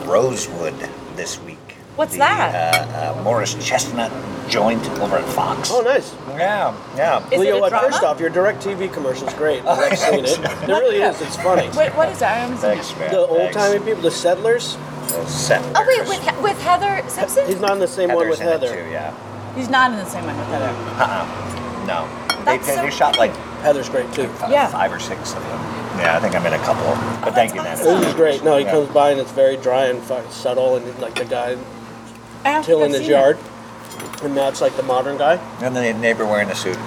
Speaker 9: Rosewood this week.
Speaker 10: What's
Speaker 9: the,
Speaker 10: that?
Speaker 9: Uh, uh, Morris Chestnut joint over at Fox.
Speaker 7: Oh, nice.
Speaker 9: Yeah, yeah.
Speaker 7: Leo, uh, first off, your direct TV commercial's great.
Speaker 9: Oh,
Speaker 7: I've seen it. It really is. It's funny.
Speaker 10: Wait, what is that? I haven't seen it.
Speaker 7: The old timey people, the settlers.
Speaker 9: The settlers.
Speaker 10: Oh wait, with, with Heather Simpson?
Speaker 7: He's not in the same one with Heather.
Speaker 9: yeah.
Speaker 10: He's not in the same one with Heather.
Speaker 9: Uh-uh. No. They, they, they shot like uh,
Speaker 7: Heather's great too.
Speaker 10: Yeah. Oh,
Speaker 9: Five or six of them. Yeah, I think I'm in a couple. But thank you, Nana.
Speaker 7: This is great. No, he
Speaker 9: Yeah.
Speaker 7: comes by and it's very dry and fucking subtle, and like the guy
Speaker 10: I don't think
Speaker 7: tilling
Speaker 10: I've
Speaker 7: his
Speaker 10: seen it.
Speaker 7: yard, and Matt's like the modern guy.
Speaker 9: And the neighbor wearing a suit.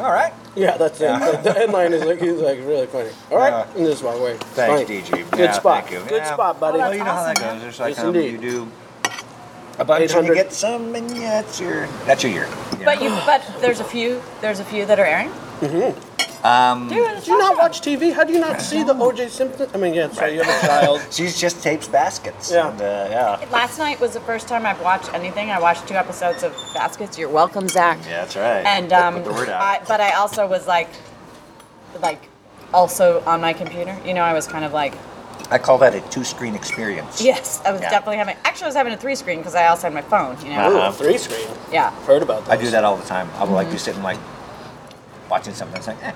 Speaker 9: All right.
Speaker 7: Yeah, that's it. Like, the headline is like he's like really funny. All right,
Speaker 9: Yeah.
Speaker 7: and this is my way. It's
Speaker 9: Thanks,
Speaker 7: funny.
Speaker 9: DG.
Speaker 7: Good
Speaker 9: Yeah,
Speaker 7: spot.
Speaker 9: thank you.
Speaker 7: Good
Speaker 9: Yeah.
Speaker 7: spot, buddy.
Speaker 10: Oh,
Speaker 9: Well, you know how that goes. There's like
Speaker 7: Yes,
Speaker 9: um,
Speaker 7: indeed.
Speaker 9: you do a bunch and you
Speaker 7: 800.
Speaker 9: get some, and yeah, that's your that's your year.
Speaker 10: But you, but there's a few, there's a few that are airing.
Speaker 9: Um,
Speaker 10: Dude,
Speaker 7: Do you not watch TV? How do you not see the O.J. Simpson? I mean, yeah, so you have a child.
Speaker 9: She's just tapes baskets. Yeah. And, uh, yeah.
Speaker 10: last night was the first time I've watched anything. I watched two episodes of Baskets. You're welcome, Zach.
Speaker 9: Yeah, that's right.
Speaker 10: And um,
Speaker 9: Put the word out.
Speaker 10: I, but I also was like, like, also on my computer. You know, I was kind of like,
Speaker 9: I call that a two-screen experience.
Speaker 10: yes, I was
Speaker 9: Yeah.
Speaker 10: definitely having. Actually, I was having a three screen because I also had my phone. You know.
Speaker 9: Uh-huh.
Speaker 7: Three screen.
Speaker 10: Yeah.
Speaker 7: Heard about that?
Speaker 9: I do that all the time. I will
Speaker 10: Mm-hmm.
Speaker 9: like be sitting like watching something. It's like, eh,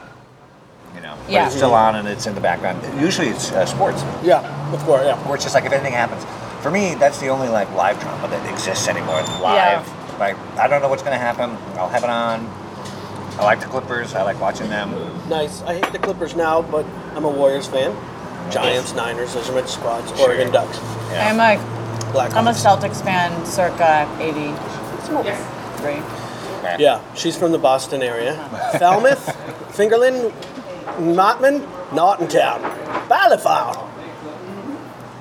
Speaker 9: you know, but
Speaker 10: Yeah.
Speaker 9: it's still on and it's in the background. Usually it's uh, sports.
Speaker 7: Yeah, of course. Yeah.
Speaker 9: Or it's just like if anything happens. For me, that's the only like live drama that exists anymore. Live, like I don't know what's gonna happen. I'll have it on. I like the Clippers. I like watching them.
Speaker 7: Nice. I hate the Clippers now, but I'm a Warriors fan. Giants, Niners, those are my squads. Oregon Ducks.
Speaker 10: I'm a,
Speaker 7: Black.
Speaker 10: I'm a Celtics fan, circa '83.
Speaker 7: Yeah, she's from the Boston area. Falmouth, Fingerlin, Notman, Nortontown, Ballyfowl,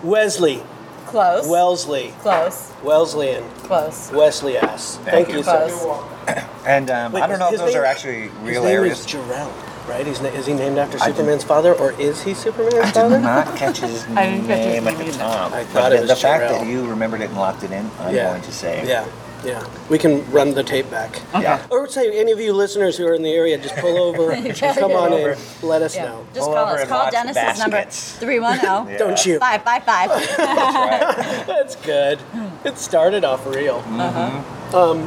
Speaker 7: Wesley,
Speaker 10: Close.
Speaker 7: Wellesley,
Speaker 10: Close.
Speaker 7: Wellesleyan,
Speaker 10: Close.
Speaker 7: Wesley ass.
Speaker 9: Thank
Speaker 7: Thank,
Speaker 9: you.
Speaker 7: you, sir.
Speaker 10: Close.
Speaker 9: And um,
Speaker 7: Wait,
Speaker 9: I don't know if
Speaker 7: his
Speaker 9: those
Speaker 7: name-
Speaker 9: are actually real
Speaker 7: His name
Speaker 9: areas.
Speaker 7: is Jarrell, right? He's, na- is he named after
Speaker 9: I didn't-
Speaker 7: Superman's father, or is he Superman's
Speaker 9: I
Speaker 7: father?
Speaker 9: did not catch his
Speaker 10: I didn't catch his
Speaker 9: name at the
Speaker 10: name.
Speaker 9: time.
Speaker 7: I
Speaker 9: But
Speaker 7: thought
Speaker 9: the,
Speaker 7: it was
Speaker 9: the fact
Speaker 7: Jarrell.
Speaker 9: that you remembered it and locked it in, I'm
Speaker 7: Yeah.
Speaker 9: going to say.
Speaker 7: Yeah, yeah. We can run the tape back.
Speaker 9: Yeah.
Speaker 7: Or say any of you listeners who are in the area, just pull over,
Speaker 10: Yeah.
Speaker 7: come on
Speaker 9: Over.
Speaker 7: in, let us
Speaker 10: Yeah.
Speaker 7: know.
Speaker 10: Just
Speaker 9: Pull
Speaker 10: call
Speaker 9: over
Speaker 10: us.
Speaker 9: and
Speaker 10: Call
Speaker 9: watch
Speaker 10: Dennis's
Speaker 9: Baskets.
Speaker 10: number oh. 310
Speaker 7: Don't you?
Speaker 9: Oh,
Speaker 10: 555.
Speaker 7: That's good. It started off real.
Speaker 9: Mm.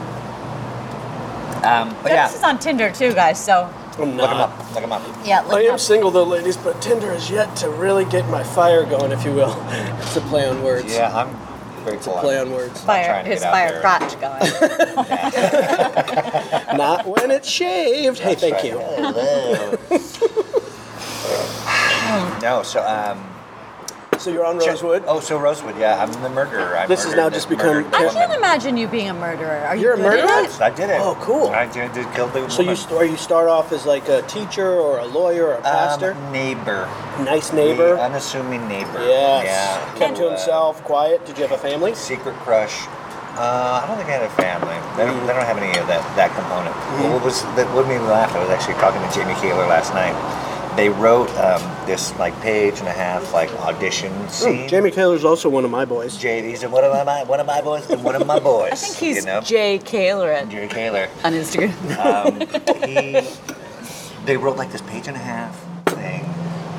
Speaker 9: Um, but
Speaker 10: Dennis is
Speaker 9: yeah,
Speaker 10: on Tinder too, guys, so
Speaker 7: I'm
Speaker 9: look 'em
Speaker 7: not.
Speaker 9: up. Look 'em up.
Speaker 10: yeah, look
Speaker 7: I
Speaker 10: him
Speaker 7: am
Speaker 10: up.
Speaker 7: single though, ladies, but Tinder has yet to really get my fire going, if you will. it's a play on words.
Speaker 9: Yeah, I'm grateful.
Speaker 7: Play on words.
Speaker 10: fire
Speaker 9: trying to
Speaker 10: his
Speaker 9: get out
Speaker 10: fire
Speaker 9: there.
Speaker 10: crotch going.
Speaker 7: Not when it's shaved. Hey, thank you.
Speaker 9: no, so um,
Speaker 7: So you're on Rosewood.
Speaker 9: Oh, so Rosewood, yeah. I'm the murderer. I
Speaker 7: This has
Speaker 9: murdered
Speaker 7: now
Speaker 9: the-
Speaker 7: just become-
Speaker 9: murdered the
Speaker 10: I
Speaker 7: Yeah.
Speaker 10: can't imagine you being a murderer. Are you
Speaker 7: You're a
Speaker 10: good at
Speaker 7: murderer?
Speaker 10: it?
Speaker 9: woman. I did it.
Speaker 7: Oh, cool.
Speaker 9: I did, did kill the
Speaker 7: So you
Speaker 9: woman.
Speaker 7: st- or you start off as like a teacher or a lawyer or a pastor,
Speaker 9: Um, neighbor.
Speaker 7: nice neighbor.
Speaker 9: The unassuming neighbor.
Speaker 7: yes.
Speaker 9: Yeah.
Speaker 7: Kept
Speaker 9: Who,
Speaker 7: to
Speaker 9: uh,
Speaker 7: himself, quiet. Did you have a family?
Speaker 9: secret crush. Uh, I don't think I had a family. They don't, they don't have any of that, that component. What was that? What made me laugh? I was actually talking to Jamie Kaler last night. They wrote um, this like page and a half like audition scene.
Speaker 7: Ooh, Jamie Taylor's also one of my boys.
Speaker 9: Jamie, he's one of my one of my boys and one of my boys.
Speaker 10: I think he's
Speaker 9: you know?
Speaker 10: Jay Kaler at-
Speaker 9: Jamie Kaler.
Speaker 10: on Instagram.
Speaker 9: um, he, they wrote like this page and a half thing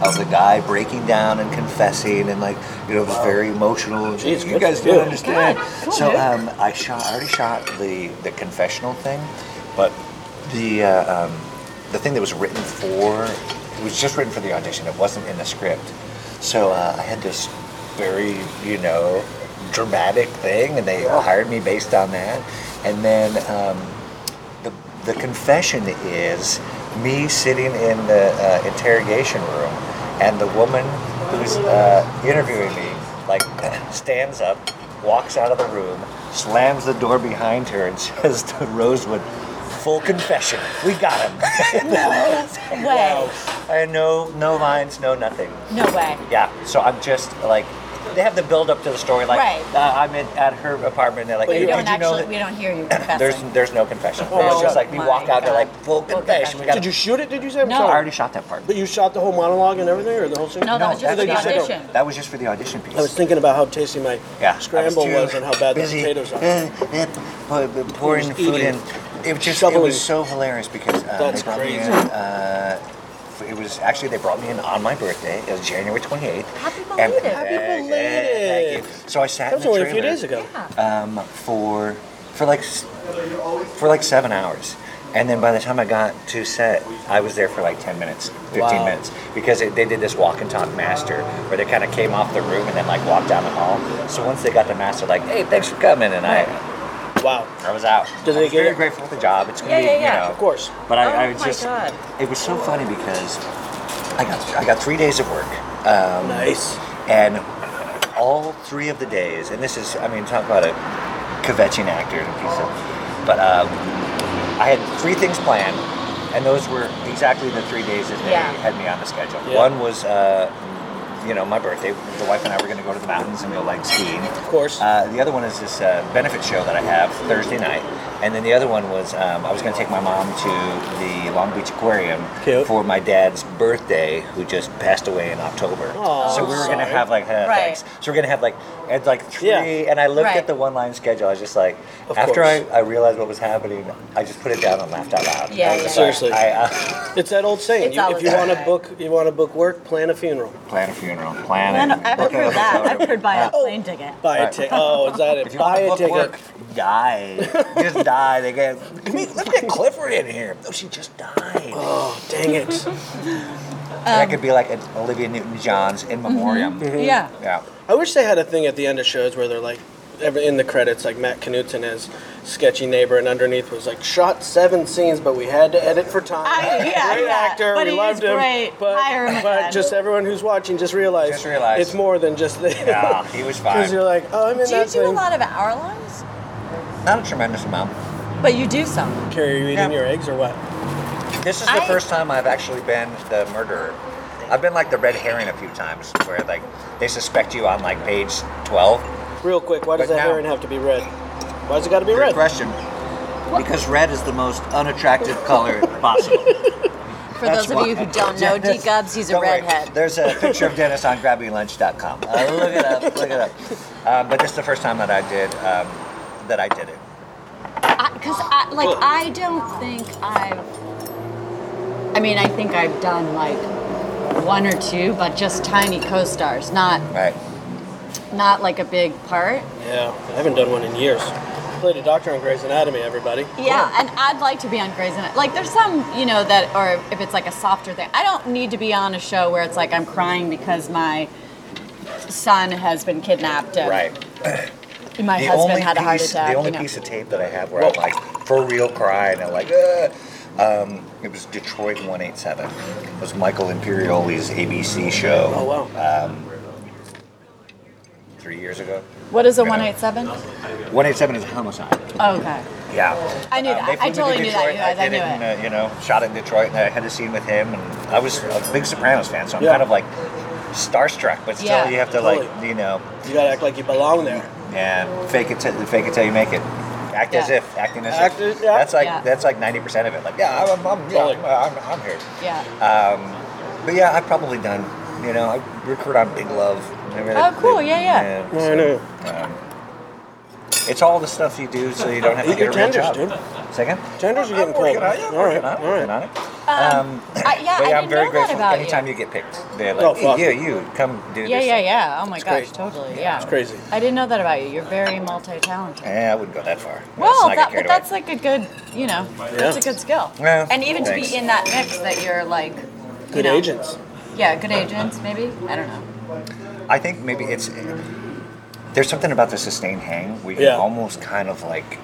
Speaker 9: of the guy breaking down and confessing and like you know it was very emotional.
Speaker 7: Jeez,
Speaker 9: you
Speaker 7: good
Speaker 9: guys
Speaker 7: for you.
Speaker 9: don't understand.
Speaker 10: God, cool,
Speaker 9: so
Speaker 10: dude.
Speaker 9: um, I shot. I already shot the the confessional thing, but the uh, um, the thing that was written for it was just written for the audition. It wasn't in the script. So uh, I had this very you know dramatic thing, and they hired me based on that. And then. Um, the, the confession is me sitting in the uh, interrogation room and the woman who's uh, interviewing me like stands up walks out of the room slams the door behind her and says to rosewood full confession. We got him.
Speaker 10: No way.
Speaker 9: I had no no lines, no nothing.
Speaker 10: No way.
Speaker 9: Yeah. So I'm just like, they have the build up to the story. Like
Speaker 10: Right.
Speaker 9: uh, I'm in, at her apartment. And they're like,
Speaker 10: we
Speaker 9: hey,
Speaker 10: don't
Speaker 9: did you know
Speaker 10: actually,
Speaker 9: that?
Speaker 10: we don't hear you confessing.
Speaker 9: There's there's no confession.
Speaker 10: Oh,
Speaker 9: it's just like we
Speaker 10: my
Speaker 9: walk out. They're
Speaker 10: God.
Speaker 9: like full confession. We got
Speaker 7: Did you shoot it? Did you say? I'm
Speaker 10: No.
Speaker 7: sorry.
Speaker 10: I
Speaker 9: already shot that part.
Speaker 7: But you shot the whole monologue and everything, or the whole scene?
Speaker 10: No, that was just
Speaker 7: I thought
Speaker 10: the
Speaker 7: you said-
Speaker 10: audition.
Speaker 9: That was just for the audition piece.
Speaker 7: I was thinking about how tasty my
Speaker 9: Yeah, I was
Speaker 7: scramble
Speaker 9: too
Speaker 7: was, and how bad
Speaker 9: busy,
Speaker 7: the potatoes are.
Speaker 9: uh, uh, pour- pour- pouring
Speaker 7: Just
Speaker 9: food in.
Speaker 7: eating.
Speaker 9: It was just it
Speaker 7: Shoveling.
Speaker 9: was so hilarious because uh,
Speaker 7: That's
Speaker 9: they brought me
Speaker 7: crazy.
Speaker 9: in. Uh, f- it was actually they brought me in on my birthday. It was January 28th. Happy
Speaker 7: belated. Happy
Speaker 9: Thank you. So I sat
Speaker 7: That was
Speaker 9: in the
Speaker 7: only a few
Speaker 9: trailer,
Speaker 7: days ago.
Speaker 9: Um, for for like s- for like seven hours. And then by the time I got to set, I was there for like 10 minutes, 15
Speaker 14: Wow.
Speaker 9: minutes, because it, they did this walk and talk master where they kind of came off the room and then like walked down the hall. So once they got the master, like, hey, thanks for coming, and I,
Speaker 7: wow,
Speaker 9: I was out.
Speaker 7: Did
Speaker 9: I
Speaker 7: they
Speaker 9: was
Speaker 7: get
Speaker 9: very
Speaker 7: it?
Speaker 9: grateful for the job. It's gonna
Speaker 7: Yeah,
Speaker 9: be,
Speaker 7: yeah, yeah,
Speaker 9: you know,
Speaker 7: of course.
Speaker 9: But I,
Speaker 7: Oh
Speaker 9: I was
Speaker 7: my
Speaker 9: just,
Speaker 7: God.
Speaker 9: it was so funny because I got I got three days of work. Um,
Speaker 7: nice.
Speaker 9: And all three of the days, and this is, I mean, talk about a kvetching actor and a piece of, but um, I had three things planned, and those were exactly the three days that they
Speaker 14: Yeah.
Speaker 9: had me on the schedule.
Speaker 14: Yeah.
Speaker 9: One was, uh, you know, my birthday. The wife and I were going to go to the mountains and go like skiing. Of
Speaker 7: course.
Speaker 9: Uh, the other one is this uh, benefit show that I have Thursday night, and then the other one was um, I was going to take my mom to the Long Beach Aquarium for my dad's birthday, who just passed away in October.
Speaker 14: Aw,
Speaker 9: so we were going to
Speaker 14: sorry.
Speaker 9: have like uh,
Speaker 14: Right.
Speaker 9: thanks. So we're going to have like it's like three, and I looked at
Speaker 14: Right.
Speaker 9: the one line schedule. I was just like,
Speaker 14: Of
Speaker 9: after I,
Speaker 14: course.
Speaker 9: I realized what was happening, I just put it down and laughed out loud.
Speaker 7: Yeah,
Speaker 9: I was
Speaker 7: yeah.
Speaker 9: just
Speaker 7: Seriously.
Speaker 9: like, I, uh,
Speaker 7: It's that old saying.
Speaker 9: It's
Speaker 7: you- if
Speaker 9: always
Speaker 7: you
Speaker 9: that
Speaker 7: want to
Speaker 9: way.
Speaker 7: book, you want to book work, plan a funeral.
Speaker 9: plan a funeral.
Speaker 10: No,
Speaker 9: Plan
Speaker 10: no,
Speaker 9: it.
Speaker 10: I've
Speaker 9: book a
Speaker 10: heard
Speaker 9: hotel Uh,
Speaker 10: that.
Speaker 9: room.
Speaker 10: I've heard buy a
Speaker 9: Yeah.
Speaker 10: plane ticket.
Speaker 7: Buy a
Speaker 9: Right.
Speaker 7: ticket. Oh, is that it?
Speaker 9: If you want
Speaker 7: Buy
Speaker 9: to
Speaker 7: a
Speaker 9: book
Speaker 7: ticket.
Speaker 9: work, die. just die. They get. Let me- Let's get Clifford in here. Oh, she just died.
Speaker 7: Oh, dang it.
Speaker 9: that could be like an Olivia Newton-John's in memoriam.
Speaker 7: Mhm. Yeah.
Speaker 9: Yeah.
Speaker 7: I wish they had a thing at the end of shows where they're like, every, in the credits, like Matt Knutson as sketchy neighbor, and underneath was like, shot seven scenes, but we had to edit for time.
Speaker 10: I- yeah,
Speaker 7: great
Speaker 10: yeah.
Speaker 7: actor,
Speaker 10: But
Speaker 7: we
Speaker 10: he
Speaker 7: loved
Speaker 10: is
Speaker 7: him.
Speaker 10: great.
Speaker 7: But,
Speaker 10: Hire him
Speaker 7: but
Speaker 10: again.
Speaker 7: just everyone who's watching, just realize,
Speaker 9: Just realize.
Speaker 7: it's more than just the.
Speaker 9: Yeah, he was fine.
Speaker 7: Because you're like, oh, I'm in
Speaker 10: Do you
Speaker 7: that
Speaker 10: do a
Speaker 7: thing.
Speaker 10: lot of hour longs?
Speaker 9: Not a tremendous amount.
Speaker 10: But you do some.
Speaker 7: Carrie, are you eating
Speaker 9: Yeah.
Speaker 7: your eggs or what?
Speaker 9: This is the
Speaker 10: I-
Speaker 9: first time I've actually been the murderer. I've been like the red herring a few times, where like they suspect you on like page twelve.
Speaker 7: Real quick, why does
Speaker 9: But
Speaker 7: that
Speaker 9: now-
Speaker 7: herring have to be red? Why's it got to be red?
Speaker 9: question. Because red is the most unattractive color possible.
Speaker 15: For
Speaker 9: That's
Speaker 15: those of you
Speaker 9: why-
Speaker 15: who don't know, D
Speaker 9: Dennis,
Speaker 15: Gubs, he's a
Speaker 9: don't worry.
Speaker 15: redhead.
Speaker 9: There's a picture of Dennis on grabbylunch.com. Uh, look it up. Look it up. Uh, but this is the first time that I did um, that I did it.
Speaker 10: Because I, like I don't think I've. I mean, I think I've done like one or two, but just tiny co-stars, not
Speaker 9: Right.
Speaker 10: not like a big part.
Speaker 7: Yeah, I haven't done one in years. Played a doctor on Grey's Anatomy, everybody.
Speaker 10: Yeah, and I'd like to be on Grey's Anatomy. Like, there's some, you know, that, or if it's like a softer thing, I don't need to be on a show where it's like I'm crying because my son has been kidnapped and my
Speaker 9: The
Speaker 10: husband
Speaker 9: only
Speaker 10: had a heart
Speaker 9: piece-
Speaker 10: attack.
Speaker 9: The only
Speaker 10: you know.
Speaker 9: piece of tape that I have where I'm like for real crying and like, "Ugh," um, it was Detroit 187. It was Michael Imperioli's ABC show.
Speaker 10: Oh,
Speaker 9: wow. Um, three years ago.
Speaker 10: What is a
Speaker 9: Yeah.
Speaker 10: 187?
Speaker 9: 187 is a homicide.
Speaker 10: Oh, okay.
Speaker 9: Yeah. Um,
Speaker 10: I knew
Speaker 9: They
Speaker 10: that.
Speaker 9: flew
Speaker 10: I
Speaker 9: me to
Speaker 10: totally knew that.
Speaker 9: Detroit,
Speaker 10: You guys, I
Speaker 9: did
Speaker 10: knew
Speaker 9: it.
Speaker 10: it.
Speaker 9: in, uh, you know, shot in Detroit, and I had a scene with him, and I was a big Sopranos fan, so I'm
Speaker 7: Yeah.
Speaker 9: kind of like starstruck. But still,
Speaker 7: Yeah.
Speaker 9: you have to like,
Speaker 7: Totally.
Speaker 9: you know,
Speaker 7: You gotta act like you belong there.
Speaker 9: and fake it, till fake it till you make it. Act as
Speaker 7: Yeah.
Speaker 9: if, acting as
Speaker 7: Act
Speaker 9: if.
Speaker 7: as- yeah.
Speaker 9: That's like
Speaker 7: Yeah.
Speaker 9: that's like ninety percent of it. Like, yeah, I'm, I'm, yeah,
Speaker 7: Totally.
Speaker 9: I'm, I'm, I'm here.
Speaker 10: Yeah.
Speaker 9: Um, but yeah, I've probably done. You know, I recruit on Big Love. I mean,
Speaker 10: Oh, cool.
Speaker 9: it-
Speaker 10: Yeah, yeah.
Speaker 7: No, I know.
Speaker 9: um, it's all the stuff you do so you don't have to
Speaker 7: Eat your
Speaker 9: get a real
Speaker 7: tenders,
Speaker 9: job.
Speaker 7: dude.
Speaker 9: Second.
Speaker 7: Tenders are getting
Speaker 9: working
Speaker 7: cold.
Speaker 9: on it, I'm
Speaker 7: All right,
Speaker 9: working on it,
Speaker 7: all right.
Speaker 9: working on it.
Speaker 10: Um, I, yeah,
Speaker 9: but
Speaker 10: I
Speaker 9: yeah, I'm
Speaker 10: didn't
Speaker 9: very
Speaker 10: know
Speaker 9: grateful
Speaker 10: that about
Speaker 9: anytime you. get picked. They're like,
Speaker 7: Oh, fuck.
Speaker 9: "Hey, you, you come do
Speaker 10: Yeah,
Speaker 9: this.
Speaker 10: yeah, yeah. Oh my gosh,
Speaker 9: crazy.
Speaker 10: totally. Yeah,
Speaker 9: it's crazy.
Speaker 10: I didn't know that about you. You're very multi-talented.
Speaker 9: Eh, I wouldn't go that far. Let's
Speaker 10: Well,
Speaker 9: not get
Speaker 10: that,
Speaker 9: carried
Speaker 10: but
Speaker 9: away.
Speaker 10: that's like a good, you know, that's a good skill.
Speaker 9: Yeah,
Speaker 10: And even to
Speaker 9: thanks.
Speaker 10: be in that mix that you're like,
Speaker 7: Good agents.
Speaker 10: yeah, good agents maybe. I don't know.
Speaker 9: I think maybe it's there's something about the sustained hang where you
Speaker 7: Yeah.
Speaker 9: almost kind of like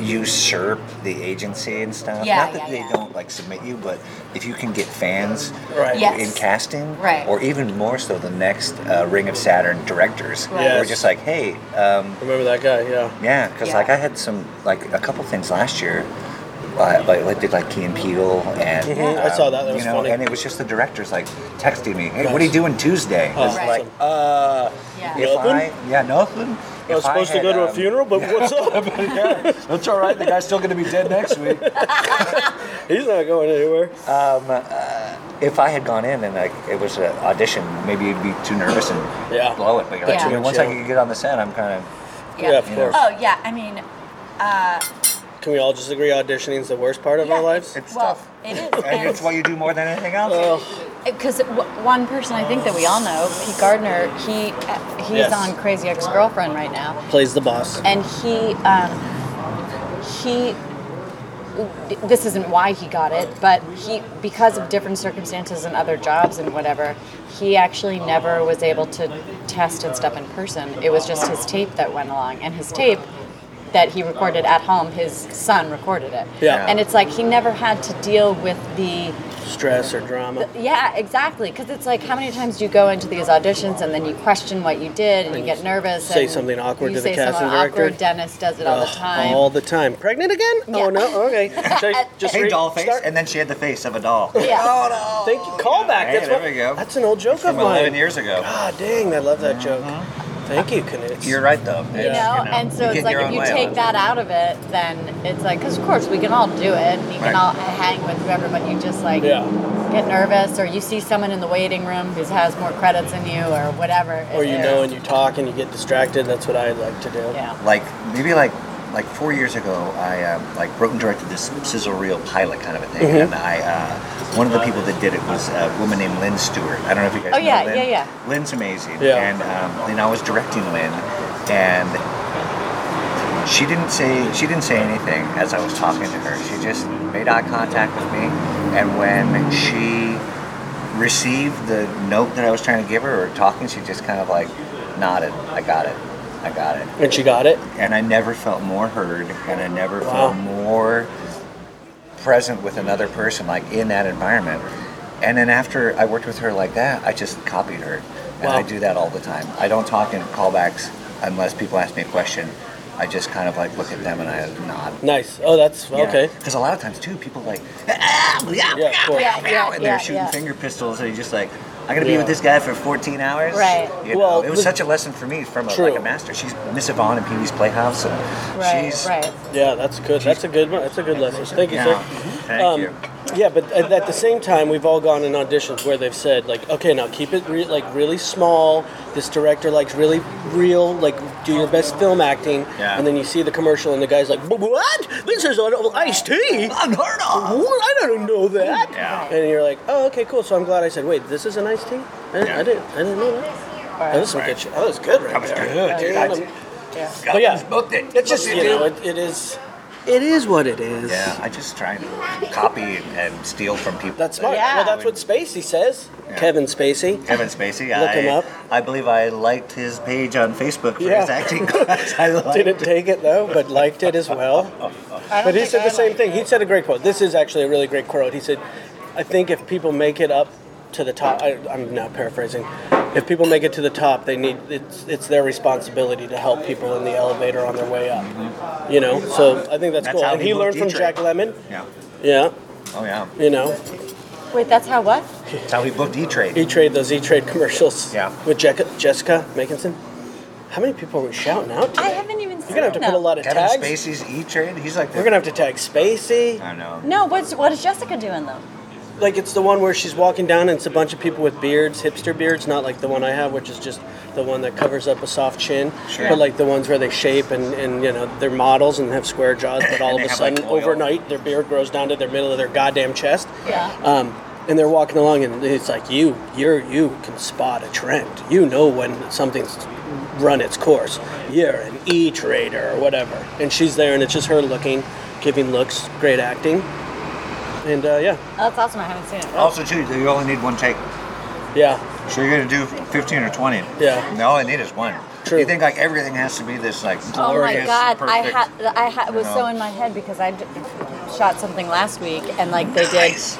Speaker 9: usurp the agency and stuff.
Speaker 10: Yeah,
Speaker 9: Not that
Speaker 10: yeah,
Speaker 9: they
Speaker 10: yeah.
Speaker 9: don't like submit you, but if you can get fans
Speaker 10: Right. Yes.
Speaker 9: in casting,
Speaker 10: Right.
Speaker 9: or even more so, the next uh, Ring of Saturn directors who
Speaker 7: Right.
Speaker 9: are just like, hey, um,
Speaker 7: remember that guy? Yeah.
Speaker 9: Yeah, because
Speaker 7: Yeah.
Speaker 9: like I had some like a couple things last year uh, like, like did like Key and Peele and um,
Speaker 7: Mhm, I saw that. That was
Speaker 9: you know,
Speaker 7: funny.
Speaker 9: And it was just the directors like texting me, "Hey, what are
Speaker 7: Nice.
Speaker 9: you doing Tuesday?"
Speaker 7: Oh,
Speaker 9: It's
Speaker 7: right.
Speaker 9: like, uh,
Speaker 7: Yeah.
Speaker 9: if I, yeah, nothing.
Speaker 7: I was
Speaker 9: If
Speaker 7: supposed to
Speaker 9: had,
Speaker 7: go to
Speaker 9: um,
Speaker 7: a funeral, but what's up?
Speaker 9: yeah, that's all right. The guy's still going to be dead next week.
Speaker 7: He's not going anywhere.
Speaker 9: Um, uh, if I had gone in and like it was an audition, maybe you'd be too nervous and blow it. But you're like,
Speaker 10: Yeah.
Speaker 9: you know, once I get on the set, I'm kind of
Speaker 10: Yeah.
Speaker 7: Yeah, of course.
Speaker 10: Oh yeah, I mean, uh,
Speaker 7: Can we all just agree auditioning's the worst part of our lives? It's
Speaker 10: well, it is.
Speaker 9: And it's what you do more than anything else.
Speaker 10: Because w- one person I think that we all know, Pete Gardner, he uh, he's
Speaker 7: Yes.
Speaker 10: on Crazy Ex-Girlfriend right now,
Speaker 7: Plays the boss.
Speaker 10: and he um, he this isn't why he got it, but he because of different circumstances and other jobs and whatever, he actually never was able to test and stuff in person. It was just his tape that went along, and his tape that he recorded at home, his son recorded it.
Speaker 7: Yeah.
Speaker 10: And it's like he never had to deal with the
Speaker 7: Stress or drama.
Speaker 10: yeah, exactly. Because it's like, how many times do you go into these auditions and then you question what you did and you get nervous?
Speaker 7: Say
Speaker 10: and
Speaker 7: something awkward
Speaker 10: you
Speaker 7: to the
Speaker 10: say
Speaker 7: casting
Speaker 10: something
Speaker 7: director.
Speaker 10: Awkward. Dennis does it all the
Speaker 7: Ugh,
Speaker 10: time.
Speaker 7: All the time. Pregnant again? Oh no. Okay. Should I
Speaker 9: Just
Speaker 7: just
Speaker 9: hey,
Speaker 7: read-
Speaker 9: doll face,
Speaker 7: start?
Speaker 9: and then she had the face of a doll.
Speaker 10: Yeah.
Speaker 7: Oh no. Thank you. Callback.
Speaker 9: Hey,
Speaker 7: that's
Speaker 9: there
Speaker 7: what,
Speaker 9: we go.
Speaker 7: That's an old joke
Speaker 9: From
Speaker 7: of mine.
Speaker 9: 11 years ago. Mm-hmm.
Speaker 7: God dang, I love that joke. Thank you, Knits.
Speaker 9: You're right though.
Speaker 10: You know, and so it's like if you take that out of it, then it's like, because of course we can all do it, and you can
Speaker 9: Right.
Speaker 10: all hang with whoever, but you just like
Speaker 7: Yeah.
Speaker 10: get nervous, or you see someone in the waiting room who has more credits than you, or whatever.
Speaker 7: Or you
Speaker 10: It's-
Speaker 7: know, and you talk, and you get distracted. That's what I like to do.
Speaker 10: Yeah.
Speaker 9: like maybe like like four years ago, I um, like wrote and directed this sizzle reel pilot kind of a thing,
Speaker 7: Mhm.
Speaker 9: and I uh, one of the people that did it was a woman named Lynn Stewart. I don't know if you guys
Speaker 10: Oh
Speaker 9: know
Speaker 10: yeah,
Speaker 9: Lynn.
Speaker 10: yeah, yeah.
Speaker 9: Lynn's amazing,
Speaker 7: Yeah.
Speaker 9: and um, and I was directing Lynn, and she didn't say she didn't say anything as I was talking to her. She just made eye contact with me, and when she received the note that I was trying to give her or talking, she just kind of like nodded. I got it. I got it.
Speaker 7: And she got it.
Speaker 9: And I never felt more heard, and I never
Speaker 7: Wow.
Speaker 9: felt more present with another person like in that environment. And then after I worked with her like that, I just copied her. And I
Speaker 7: Wow.
Speaker 9: do that all the time. I don't talk in callbacks unless people ask me a question. I just kind of like look at them and I nod.
Speaker 7: Nice. Oh, that's okay.
Speaker 9: Because a lot of times too, people like "Ah, yeah,
Speaker 7: yeah, of course.
Speaker 10: Yeah, yeah,
Speaker 9: and
Speaker 10: yeah,
Speaker 9: they're shooting
Speaker 10: yeah.
Speaker 9: finger pistols, and you're just like, I'm gonna be
Speaker 7: Yeah.
Speaker 9: with this guy for 14 hours.
Speaker 10: Right.
Speaker 9: You know,
Speaker 7: Well,
Speaker 9: it was
Speaker 7: the-
Speaker 9: such a lesson for me from a,
Speaker 7: True.
Speaker 9: like a master. She's Miss Yvonne in Pee Wee's Playhouse, and
Speaker 10: Right,
Speaker 9: she's
Speaker 10: right.
Speaker 7: Yeah, that's good. That's a good one. That's a good lesson. Thank you,
Speaker 9: Yeah.
Speaker 7: sir.
Speaker 9: Thank
Speaker 7: Um,
Speaker 9: you.
Speaker 7: Yeah, but at, at the same time, we've all gone in auditions where they've said like, okay, now keep it re- like really small. This director likes really real. Like, do your best film acting.
Speaker 9: Yeah.
Speaker 7: And then you see the commercial, and the guy's like, "But what? This is an iced tea.
Speaker 9: Unheard of.
Speaker 7: What? I don't know that.
Speaker 9: Yeah.
Speaker 7: And you're like, oh, okay, cool. So I'm glad I said, wait, this is an iced tea. I,
Speaker 9: Yeah.
Speaker 7: I didn't. I didn't know that. That was some good shit. That was good, right
Speaker 9: That was
Speaker 7: there.
Speaker 9: good, dude. I
Speaker 7: Yeah.
Speaker 9: God,
Speaker 7: But yeah.
Speaker 9: you smoked it. It's just
Speaker 7: you know, it, it is. It is what it is.
Speaker 9: Yeah, I just try and copy and steal from people.
Speaker 7: That's smart. Well, that's what Spacey says. Kevin Spacey.
Speaker 9: Kevin Spacey.
Speaker 7: Look
Speaker 9: I,
Speaker 7: him up.
Speaker 9: I believe I liked his page on Facebook for
Speaker 7: Yeah.
Speaker 9: his acting class. I liked Oh,
Speaker 7: Didn't take it though, but liked it as well. But he said the same thing. He said a great quote. This is actually a really great quote. He said, "I think if people make it up to the top, I, I'm now paraphrasing. If people make it to the top, they need it's it's their responsibility to help people in the elevator on their way up. You know. So I think that's,
Speaker 9: That's
Speaker 7: cool.
Speaker 9: how
Speaker 7: And
Speaker 9: he
Speaker 7: he learned
Speaker 9: booked
Speaker 7: from
Speaker 9: E-Train.
Speaker 7: Jack Lemon.
Speaker 9: Yeah.
Speaker 7: Yeah.
Speaker 9: Oh yeah.
Speaker 7: You know,
Speaker 10: Wait, that's how what?
Speaker 9: That's how he booked E Trade.
Speaker 7: E Trade those E Trade commercials.
Speaker 9: Yeah.
Speaker 7: With Jeca- Jessica Makinson. How many people were shouting out?
Speaker 10: I haven't even seen
Speaker 7: You're gonna have to put a
Speaker 10: them.
Speaker 7: lot of
Speaker 9: Kevin
Speaker 7: tags.
Speaker 9: Spacey's E Trade. He's like the,
Speaker 7: We're gonna have to tag Spacey.
Speaker 9: I know.
Speaker 10: No, what's what is Jessica doing though?
Speaker 7: Like it's the one where she's walking down and it's a bunch of people with beards, hipster beards, not like the one I have, which is just the one that covers up a soft chin.
Speaker 9: Sure.
Speaker 7: But like the ones where they shape and, and you know they're models and have square jaws, but all of
Speaker 9: And
Speaker 7: a
Speaker 9: they have, like,
Speaker 7: sudden
Speaker 9: oil.
Speaker 7: overnight their beard grows down to their middle of their goddamn chest.
Speaker 10: Yeah.
Speaker 7: Um, and they're walking along, and it's like you, you're you can spot a trend. You know when something's run its course. You're an e trader or whatever. And she's there, and it's just her looking, giving looks, great acting, and uh, yeah,
Speaker 10: Oh, That's awesome. I haven't seen
Speaker 7: Oh,
Speaker 10: it.
Speaker 9: Also too, you only need one take.
Speaker 7: yeah,
Speaker 9: So you're gonna do 15 or 20.
Speaker 7: Yeah.
Speaker 9: And all I need is one.
Speaker 7: True.
Speaker 9: You think like everything has to be this like
Speaker 10: Oh my
Speaker 9: glorious,
Speaker 10: god! I
Speaker 9: perfect-
Speaker 10: had I ha- was so
Speaker 7: Uh-huh.
Speaker 9: know.
Speaker 10: in my head because I d- shot something last week and like they did
Speaker 9: Nice.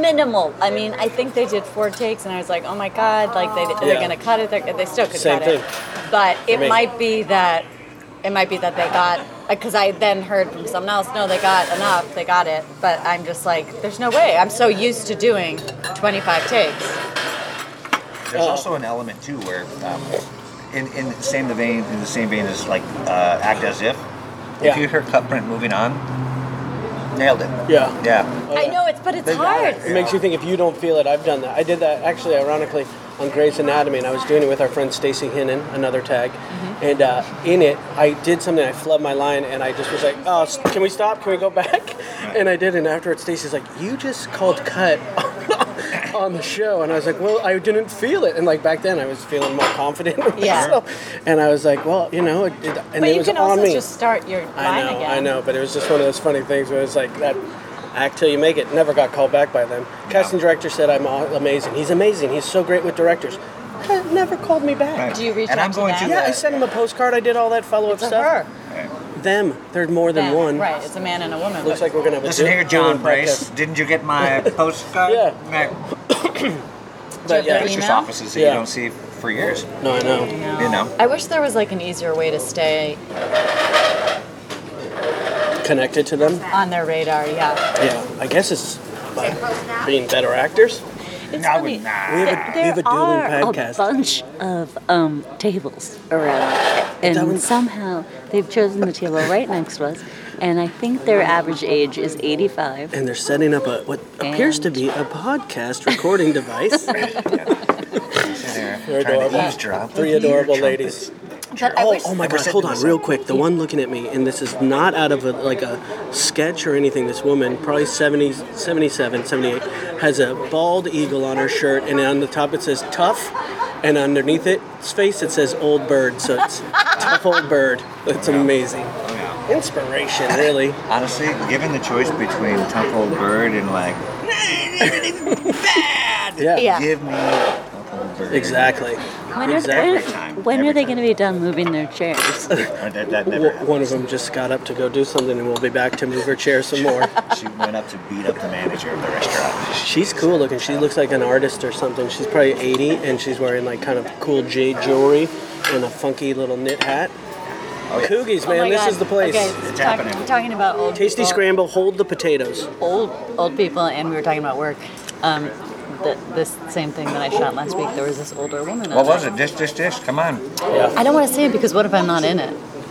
Speaker 10: minimal. I mean, I think they did four takes and I was like, oh my god! Like they
Speaker 7: Yeah.
Speaker 10: they're gonna cut it. They're, they still could
Speaker 7: Same
Speaker 10: cut
Speaker 7: thing.
Speaker 10: it, but it
Speaker 7: me.
Speaker 10: might be that it might be that they got because I then heard from someone else, no, they got enough, they got it. But I'm just like, there's no way. I'm so used to doing 25 takes.
Speaker 9: There's also an element too where, um, in in the same the vein in the same vein as like uh, act as if. If you hear cut print moving on, nailed it.
Speaker 7: Yeah.
Speaker 9: Yeah.
Speaker 10: I know it's, but it's
Speaker 7: They got
Speaker 10: hard.
Speaker 7: It It makes you think if you don't feel it, I've done that. I did that actually, ironically, on Grey's Anatomy, and I was doing it with our friend Stacey Hinnon, another tag.
Speaker 10: Mm-hmm.
Speaker 7: And uh, in it, I did something. I flubbed my line, and I just was like, "Oh, s- can we stop? Can we go back?" And I did. And afterwards, Stacey's like, "You just called cut." on the show and I was like, well, I didn't feel it, and like back then I was feeling more confident. with
Speaker 10: Yeah.
Speaker 7: myself. And I was like, well, you know, it, it, and
Speaker 10: but
Speaker 7: it
Speaker 10: you
Speaker 7: was
Speaker 10: can
Speaker 7: on
Speaker 10: also
Speaker 7: me.
Speaker 10: just start your line
Speaker 7: I know,
Speaker 10: again.
Speaker 7: I know, but it was just one of those funny things where it's like that act till you make it. Never got called back by them. Casting director said I'm aw- amazing. He's amazing. He's so great with directors. Never called me back.
Speaker 9: Right. Do you reach And out I'm to going them? to
Speaker 7: Yeah,
Speaker 9: that-
Speaker 7: I sent him a postcard. I did all that follow up stuff. Them. There's more than
Speaker 10: Them,
Speaker 7: one.
Speaker 10: Right, it's a man and a woman.
Speaker 7: Looks like we're gonna have a
Speaker 9: Listen
Speaker 7: du-
Speaker 9: here, John
Speaker 7: dueling
Speaker 9: Brace.
Speaker 7: podcast.
Speaker 9: Didn't you get my postcard? yeah.
Speaker 10: But yeah.
Speaker 9: Doctor's
Speaker 10: email?
Speaker 9: offices that
Speaker 10: Yeah.
Speaker 9: you don't see for years.
Speaker 7: No, I know.
Speaker 9: You know.
Speaker 10: I wish there was like an easier way to stay
Speaker 7: Connected to them.
Speaker 10: on their radar. Yeah.
Speaker 7: Yeah, I guess it's by being better actors.
Speaker 10: It's
Speaker 9: no,
Speaker 10: funny.
Speaker 9: We
Speaker 15: There,
Speaker 9: have
Speaker 15: there
Speaker 7: dueling
Speaker 15: are
Speaker 7: podcast.
Speaker 15: a bunch of um, tables around, and somehow they've chosen the table right next to us. And I think their average age is 85.
Speaker 7: And they're setting up a what appears to be a podcast recording device. They're
Speaker 9: trying to
Speaker 7: adorable.
Speaker 9: eavesdrop.
Speaker 7: Three adorable ladies.
Speaker 10: But I
Speaker 7: oh,
Speaker 10: wish-
Speaker 7: oh my gosh, hold on real quick. The one looking at me, and this is not out of a, like a sketch or anything, this woman, probably 70, 77, 78, has a bald eagle on her shirt, and on the top it says tough, and underneath it, its face, it says old bird. So it's tough old bird. It's amazing. Inspiration, really.
Speaker 9: Honestly, given the choice between tough old bird and like
Speaker 7: Yeah.
Speaker 9: give me tough old bird.
Speaker 7: Exactly.
Speaker 15: When are,
Speaker 7: Exactly.
Speaker 15: when, when are they going to be done moving their chairs?
Speaker 7: W- One of them just got up to go do something, and we'll be back to move her chair some more.
Speaker 9: She went up to beat up the manager of the restaurant.
Speaker 7: She's cool looking. She looks like an artist or something. She's probably 80, and she's wearing like kind of cool jade jewelry and a funky little knit hat. Coogies,
Speaker 10: Oh
Speaker 7: man,
Speaker 10: my
Speaker 7: this
Speaker 10: God.
Speaker 7: is the place.
Speaker 10: Okay, talk- We're talking about old
Speaker 7: Tasty
Speaker 10: people.
Speaker 7: scramble, hold the potatoes.
Speaker 10: old old people and we were talking about work um, th- this same thing that i shot last week there was this older woman
Speaker 9: What
Speaker 10: on
Speaker 9: was it? Dish, dish, dish. Come on.
Speaker 10: i don't want to say it because what if i'm not in it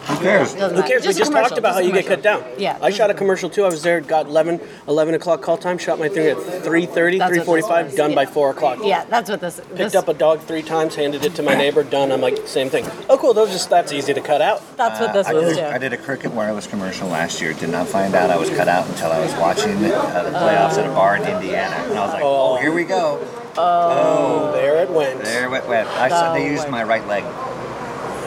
Speaker 9: Who cares?
Speaker 10: Doesn't
Speaker 7: Who
Speaker 10: matter.
Speaker 7: cares?
Speaker 10: Just a
Speaker 7: we just talked
Speaker 10: commercial,
Speaker 7: about how
Speaker 10: just a
Speaker 7: you get cut down.
Speaker 10: Yeah.
Speaker 7: I shot a commercial too. I was there, got 11, 11 o'clock call time, shot my thing at 3.30,
Speaker 10: That's what this
Speaker 7: 3.45,
Speaker 10: was,
Speaker 7: done
Speaker 10: yeah.
Speaker 7: by 4 o'clock.
Speaker 10: yeah that's what this,
Speaker 7: Picked
Speaker 10: this
Speaker 7: up a dog three times, handed it to my neighbor, done. I'm like, same thing. Oh, cool, those just, that's easy to cut out.
Speaker 10: that's what this
Speaker 9: Uh, I
Speaker 10: was
Speaker 9: did,
Speaker 10: too
Speaker 9: a, I did a Cricket Wireless commercial last year. Did not find out I was cut out until I was watching uh, the playoffs at a bar in Indiana, and I was like, "Oh, here we go." Oh,
Speaker 7: There it went.
Speaker 9: there it went. I said
Speaker 7: Oh,
Speaker 9: they used my right leg.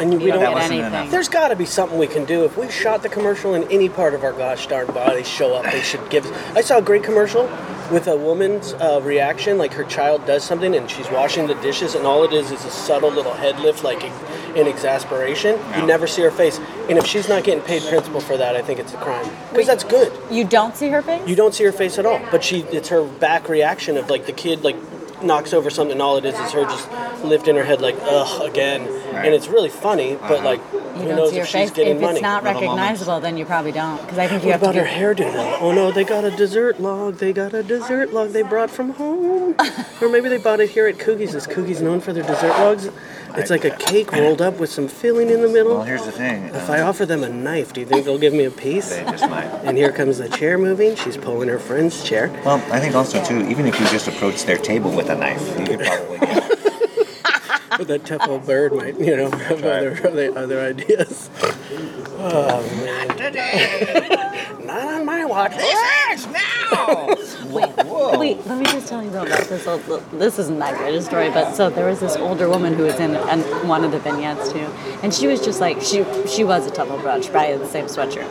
Speaker 7: And we
Speaker 9: That
Speaker 7: don't
Speaker 9: wasn't Get anything. enough.
Speaker 7: There's got to be something we can do. If we shot the commercial in any part of our gosh darn body, show up. They should give. I saw a great commercial with a woman's uh, reaction, like her child does something and she's washing the dishes, and all it is is a subtle little head lift, like in, in exasperation. You never see her face, and if she's not getting paid principal for that, I think it's a crime because that's good.
Speaker 10: you don't see her face
Speaker 7: You don't see her face at all, but she—it's her back reaction of like the kid like knocks over something. and All it is is her just lifting her head like ugh again, and it's really funny. But like,
Speaker 9: Uh-huh.
Speaker 10: you
Speaker 7: who
Speaker 10: don't
Speaker 7: knows
Speaker 10: see her
Speaker 7: if she's
Speaker 10: face
Speaker 7: getting
Speaker 10: if
Speaker 7: money?
Speaker 10: it's not recognizable then you probably don't because i think you
Speaker 7: What
Speaker 10: have to
Speaker 7: about
Speaker 10: be,
Speaker 7: her hairdo though? Oh no, they got a dessert log. They got a dessert log they brought from home, or maybe they bought it here at Coogie's. Is Coogie's known for their dessert logs? It's like a cake rolled up with some filling in the
Speaker 9: Well,
Speaker 7: middle.
Speaker 9: here's the thing.
Speaker 7: If
Speaker 9: uh,
Speaker 7: I offer them a knife, do you think they'll give me a piece?
Speaker 9: they just might.
Speaker 7: And here comes the chair moving. She's pulling her friend's chair.
Speaker 9: Well, I think also too, even if you just approach their table with a knife, you could probably get
Speaker 7: But that tough old bird might, you know, have other, other, other ideas. Oh, man. Not on my watch.
Speaker 10: Wait, wait, let me just tell you though about this old. This isn't that great a story, but so there was this older woman who was in an, one of the vignettes too, and she was just like she she was a Tupperware brunch, probably in the same sweatshirt,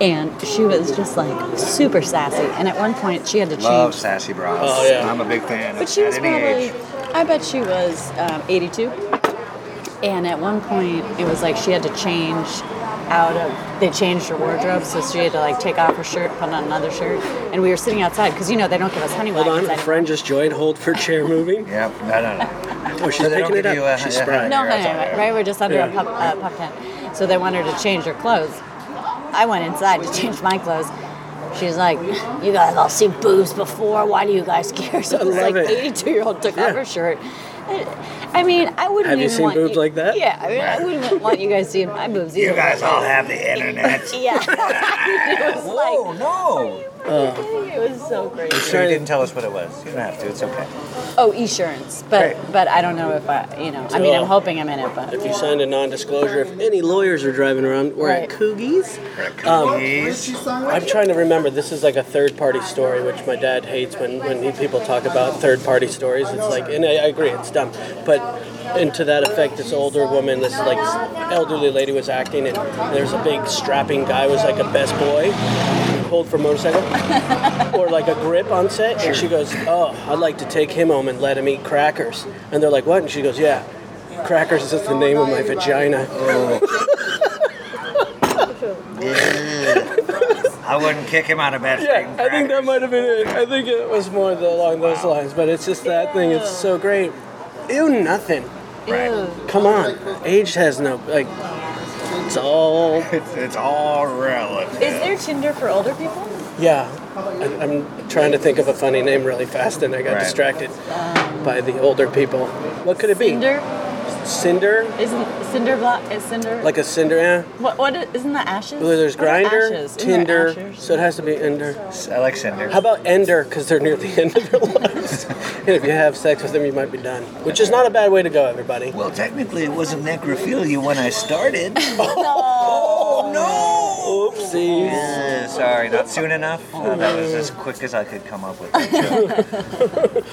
Speaker 10: and she was just like super sassy. And at one point, she had to change.
Speaker 9: love sassy bras.
Speaker 7: Oh, yeah.
Speaker 9: I'm a big fan.
Speaker 10: But she
Speaker 9: at
Speaker 10: was
Speaker 9: any
Speaker 10: probably,
Speaker 9: age.
Speaker 10: I bet she was um, 82. And at one point, it was like she had to change out of, they changed her wardrobe, so she had to like take off her shirt, put on another shirt. And we were sitting outside because you know they don't give us honey
Speaker 7: Hold on,
Speaker 10: wagons
Speaker 7: a
Speaker 10: anymore.
Speaker 7: friend just joined. Hold for chair moving.
Speaker 9: Yeah, no, no, no.
Speaker 7: Oh, she's
Speaker 9: They don't
Speaker 7: picking it
Speaker 9: give
Speaker 7: up.
Speaker 9: you a-
Speaker 7: she's
Speaker 9: a-
Speaker 7: spry.
Speaker 10: No,
Speaker 9: Right,
Speaker 10: honey, right? We're just under
Speaker 7: Yeah.
Speaker 10: a pup, uh, pup tent. So they wanted her to change her clothes. I went inside to change my clothes. She's like, "You guys all seen boobs before. Why do you guys care?" So
Speaker 7: I
Speaker 10: it was
Speaker 7: love
Speaker 10: like,
Speaker 7: it.
Speaker 10: eighty-two-year-old took off her shirt. I mean, I wouldn't.
Speaker 7: Have you
Speaker 10: even
Speaker 7: seen
Speaker 10: want
Speaker 7: boobs like that?
Speaker 10: Yeah, I mean, I wouldn't want you guys seeing my boobs.
Speaker 9: You
Speaker 10: either.
Speaker 9: guys all have the internet.
Speaker 10: Yeah. it was like,
Speaker 9: no.
Speaker 7: Uh.
Speaker 10: it was so crazy.
Speaker 9: You sure you didn't tell us what it was? You don't have to. It's okay.
Speaker 10: Oh, insurance, but but I don't know if I, you know, I mean, I'm hoping I'm in it, but
Speaker 7: If you signed a non-disclosure, if any lawyers are driving around, we're at Coogies. Um, I'm trying to remember. This is like a third-party story, which my dad hates when, when he- people talk about third-party stories. It's like, and I, I agree, it's dumb. But and to that effect, this older woman, this like elderly lady was acting, and there's a big strapping guy was like a best boy, hold for motorcycle, or like a grip on set, and she goes, "Oh, I'd like to take him home and let him eat crackers," and they're like, "What?" And she goes, "Yeah." Crackers is just the name of my vagina.
Speaker 9: I wouldn't kick him out of bed.
Speaker 7: Yeah, I think that might have been it. I think it was more the, along those lines, but it's just that thing. It's so great. Ew, nothing.
Speaker 9: Right.
Speaker 7: Come on, age has no like. It's all.
Speaker 9: It's, it's all relative.
Speaker 10: Is there Tinder for older people?
Speaker 7: Yeah, I, I'm trying to think of a funny name really fast, and I got
Speaker 9: Right.
Speaker 7: distracted by the older people. What could it be?
Speaker 10: Cinder
Speaker 7: Cinder,
Speaker 10: isn't Cinder block is Cinder
Speaker 7: like a cinder. Eh?
Speaker 10: what what is, isn't that ashes?
Speaker 7: Well, there's
Speaker 10: What are
Speaker 7: grinder,
Speaker 10: ashes? Isn't there
Speaker 7: Tinder,
Speaker 10: ashes?
Speaker 7: so it has to be Ender.
Speaker 9: I like Cinder.
Speaker 7: How about Ender? Because they're near the end of their lives. and if you have sex with them, you might be done. Which is not a bad way to go, everybody.
Speaker 9: Well, technically, it wasn't necrophilia when I started.
Speaker 7: Oh, no! Oopsies.
Speaker 9: Uh, sorry, not soon enough. Uh, that was as quick as I could come up with. That joke.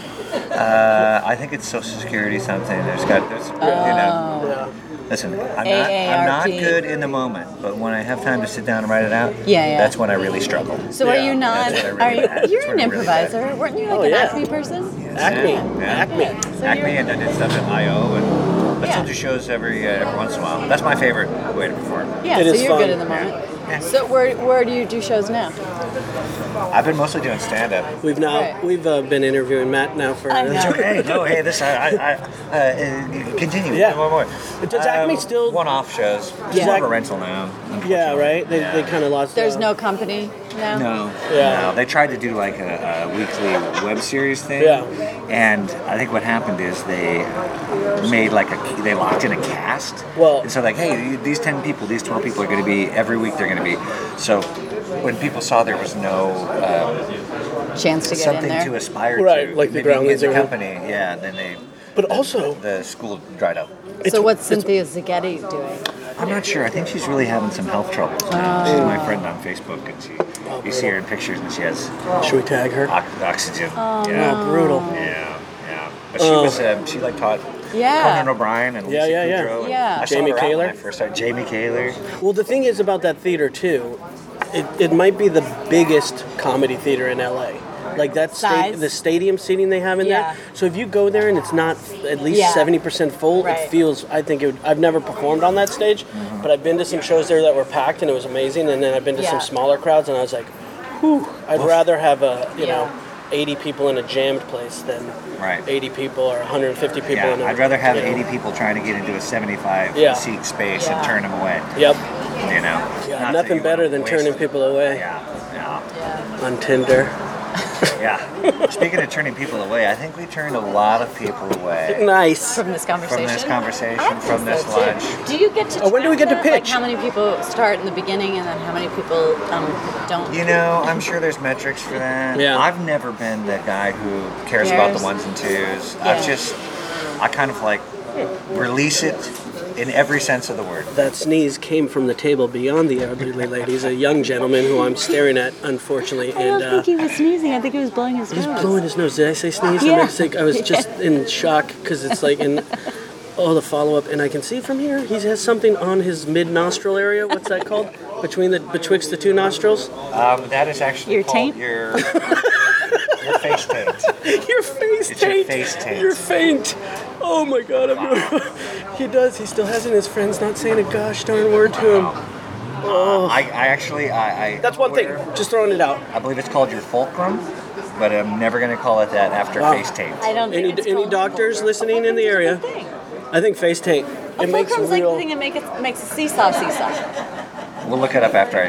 Speaker 9: uh, I think it's Social Security something. There's got there's you
Speaker 7: Oh.
Speaker 9: know. Listen, I'm not, I'm not
Speaker 10: AARP.
Speaker 9: good in the moment, but when I have time to sit down and write it out,
Speaker 10: Yeah, yeah.
Speaker 9: that's when I really struggle.
Speaker 10: So are you not?
Speaker 9: That's what I
Speaker 10: Are
Speaker 9: really
Speaker 10: you?
Speaker 9: had.
Speaker 10: You're an
Speaker 9: That's what I really had.
Speaker 10: improviser, weren't you? Like
Speaker 7: Oh,
Speaker 10: an
Speaker 7: yeah.
Speaker 10: acme person?
Speaker 7: Acme.
Speaker 9: Yeah.
Speaker 7: Acme.
Speaker 10: So
Speaker 9: Acme,
Speaker 10: you're-
Speaker 9: and I did stuff at I.O. and I
Speaker 10: Yeah.
Speaker 9: still do shows every uh, every once in a while. That's my favorite way to perform.
Speaker 10: Yeah,
Speaker 7: It
Speaker 10: so
Speaker 7: is
Speaker 10: you're
Speaker 7: fun.
Speaker 10: good in the moment. So where where do you do shows now?
Speaker 9: I've been mostly doing stand-up.
Speaker 7: We've now
Speaker 10: Right.
Speaker 7: we've uh, been interviewing Matt now for.
Speaker 10: I know.
Speaker 9: hey, no, hey, this I, I, I uh, uh, continue.
Speaker 7: Yeah.
Speaker 9: One more. Um,
Speaker 7: Does Acme still-
Speaker 9: one-off shows?
Speaker 7: Yeah.
Speaker 9: Just more of a
Speaker 7: Ac-
Speaker 9: rental now.
Speaker 7: yeah, right. They, they kind of lost.
Speaker 10: There's
Speaker 7: uh,
Speaker 10: no company now.
Speaker 9: No.
Speaker 7: Yeah.
Speaker 9: No. They tried to do like a, a weekly web series thing.
Speaker 7: Yeah.
Speaker 9: And I think what happened is they made like a they locked in a cast.
Speaker 7: Well-
Speaker 9: And so like, hey, you- these ten people, these twelve people are going to be every week. They're going to be. So when people saw there was no uh,
Speaker 10: Chance to get in
Speaker 9: something
Speaker 10: there.
Speaker 9: to aspire
Speaker 7: Right,
Speaker 9: to,
Speaker 7: like the
Speaker 9: maybe in
Speaker 7: Groundlings
Speaker 9: the
Speaker 7: are-
Speaker 9: company, yeah. Then they.
Speaker 7: But also-
Speaker 9: the school dried up.
Speaker 10: so what's Cynthia Zagetti doing?
Speaker 9: I'm not sure. I think she's really having some health troubles.
Speaker 10: Oh.
Speaker 9: now. She's my friend on Facebook, and she
Speaker 7: Oh,
Speaker 9: you see her in pictures, and she has
Speaker 7: Should we tag her?
Speaker 9: Ox- oxygen. yeah.
Speaker 7: Oh, brutal.
Speaker 9: Yeah, yeah. But she was um, she like taught
Speaker 10: Yeah.
Speaker 9: Conan O'Brien and
Speaker 7: Oh. Yeah,
Speaker 9: Lucy
Speaker 7: yeah, yeah.
Speaker 9: Boudreau and
Speaker 10: Yeah.
Speaker 9: I saw
Speaker 7: Jamie
Speaker 9: her out when
Speaker 7: Kaler?
Speaker 9: I first started. Jamie Kaler.
Speaker 7: Well, the thing is about that theater too, it, it might be the biggest comedy theater in LA. Like that sta-
Speaker 10: Size?
Speaker 7: the stadium seating they have in
Speaker 10: Yeah.
Speaker 7: there. So if you go there and it's not at
Speaker 10: Yeah.
Speaker 7: least seventy percent full,
Speaker 10: Right.
Speaker 7: it feels. I think it would, I've never performed on that stage,
Speaker 9: Mm-hmm.
Speaker 7: but I've been to some shows there that were packed and it was amazing. And then I've been to
Speaker 10: Yeah.
Speaker 7: some smaller crowds and I was like, whew, I'd rather have a you
Speaker 10: Yeah.
Speaker 7: know. 80 people in a jammed place than
Speaker 9: Right.
Speaker 7: 80 people or 150 people in
Speaker 9: Yeah,
Speaker 7: a
Speaker 9: I'd rather have
Speaker 7: you know.
Speaker 9: 80 people trying to get into a 75
Speaker 7: Yeah.
Speaker 9: seat space
Speaker 10: Yeah.
Speaker 9: and turn them away.
Speaker 7: Yep.
Speaker 9: You know,
Speaker 7: Yeah,
Speaker 9: Not that
Speaker 7: nothing
Speaker 9: you
Speaker 7: better
Speaker 9: wanna
Speaker 7: than
Speaker 9: waste
Speaker 7: turning
Speaker 9: it.
Speaker 7: people away
Speaker 9: Yeah,
Speaker 7: on Tinder.
Speaker 9: yeah, yeah. Speaking of turning people away, I think we turned a lot of people away
Speaker 7: Nice.
Speaker 10: From this conversation.
Speaker 9: from this
Speaker 10: I
Speaker 9: conversation,
Speaker 10: think
Speaker 9: from this
Speaker 10: so, too.
Speaker 9: lunch.
Speaker 10: Do you get to?
Speaker 7: Oh, when do we
Speaker 10: track
Speaker 7: get to
Speaker 10: that? Like
Speaker 7: pitch?
Speaker 10: how many people start in the beginning and then how many people um, don't?
Speaker 9: You know, I'm sure there's metrics for that.
Speaker 7: Yeah.
Speaker 9: I've never been the guy who cares about
Speaker 10: Cares.
Speaker 9: the ones and twos.
Speaker 10: Yeah.
Speaker 9: I've just, I kind of like release it in every sense of the word.
Speaker 7: That sneeze came from the table beyond the elderly ladies, a young gentleman who I'm staring at, unfortunately,
Speaker 15: I don't
Speaker 7: and uh,
Speaker 15: think he was sneezing. I think he was blowing his
Speaker 7: he's
Speaker 15: nose.
Speaker 7: blowing his nose. Did I say sneeze?
Speaker 15: Yeah.
Speaker 7: I, think I was just in shock because it's like in all the follow up, and I can see from here he has something on his mid nostril area. What's that called? Between the betwixt the two nostrils.
Speaker 9: Um, that is actually
Speaker 15: Your
Speaker 9: called
Speaker 15: taint?
Speaker 9: your your face taint.
Speaker 7: Your face
Speaker 9: It's your
Speaker 7: taint.
Speaker 9: face taint.
Speaker 7: Your faint. Oh my God! I'm he does. He still has it. and His friend's not saying a gosh darn word to him.
Speaker 9: I, I actually, I, I
Speaker 7: That's one thing.
Speaker 9: wear-
Speaker 7: Just throwing it out.
Speaker 9: I believe it's called your fulcrum, but I'm never gonna call it that after
Speaker 7: Wow.
Speaker 9: face taint.
Speaker 10: I don't.
Speaker 7: Any
Speaker 10: think it's
Speaker 7: any
Speaker 10: called-
Speaker 7: doctors listening in the area? I think face taint.
Speaker 10: A
Speaker 7: It makes
Speaker 10: fulcrum's like
Speaker 7: real.
Speaker 10: the thing that make it, makes a seesaw seesaw.
Speaker 9: We'll look it up after I.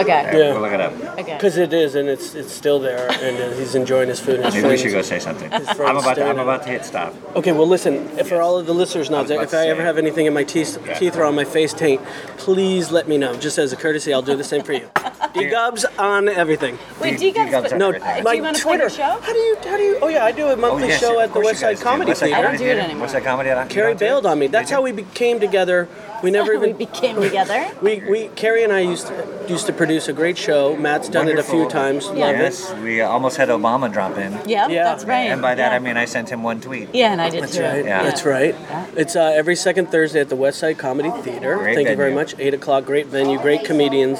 Speaker 10: Okay.
Speaker 9: Yeah. We'll look it up.
Speaker 10: Okay.
Speaker 7: Because it is, and it's it's still there, and uh, he's enjoying his food. And his
Speaker 9: Maybe we
Speaker 7: friends-
Speaker 9: should go say something.
Speaker 7: his
Speaker 9: I'm
Speaker 7: friends
Speaker 9: about to,
Speaker 7: staring
Speaker 9: I'm
Speaker 7: at
Speaker 9: about to hit stop.
Speaker 7: Okay, well, listen, for all of the listeners
Speaker 9: I
Speaker 7: now,
Speaker 9: was
Speaker 7: if
Speaker 9: about
Speaker 7: I
Speaker 9: to
Speaker 7: ever
Speaker 9: say.
Speaker 7: have anything in my teeth,
Speaker 9: Yeah.
Speaker 7: teeth or on my face taint, please let me know. Just as a courtesy, I'll do the same for you. D Gubs on everything.
Speaker 10: Wait, D- D-Gubs, D-Gubs but- on
Speaker 7: No,
Speaker 10: everything. do
Speaker 7: my
Speaker 10: you wanna play
Speaker 7: Twitter.
Speaker 10: the show?
Speaker 7: How do you? How do you? Oh yeah, I do a monthly
Speaker 9: yes,
Speaker 7: show
Speaker 9: of
Speaker 7: at the
Speaker 9: course you
Speaker 7: Westside
Speaker 9: guys do.
Speaker 7: Comedy
Speaker 9: Westside
Speaker 7: Theater.
Speaker 9: Comedy I don't do it Theater. anymore. Westside Comedy. I- you
Speaker 7: Carrie
Speaker 9: don't do it?
Speaker 7: bailed on me. That's how we became together. We never even
Speaker 10: we came together.
Speaker 7: we, we Carrie and I used to, used to produce a great show. Matt's done it a few
Speaker 9: Wonderful.
Speaker 7: times. Love it.
Speaker 9: Yes, we almost had Obama drop in.
Speaker 10: Yeah, that's right.
Speaker 9: And by that
Speaker 10: yeah.
Speaker 9: I mean I sent him one tweet.
Speaker 10: Yeah, and I did
Speaker 7: That's
Speaker 10: too.
Speaker 7: right.
Speaker 9: Yeah.
Speaker 7: That's right. It's uh, every second Thursday at the Westside Comedy Theater.
Speaker 9: Great
Speaker 7: Thank you very
Speaker 9: venue.
Speaker 7: much. Eight o'clock. Great venue. Great comedians.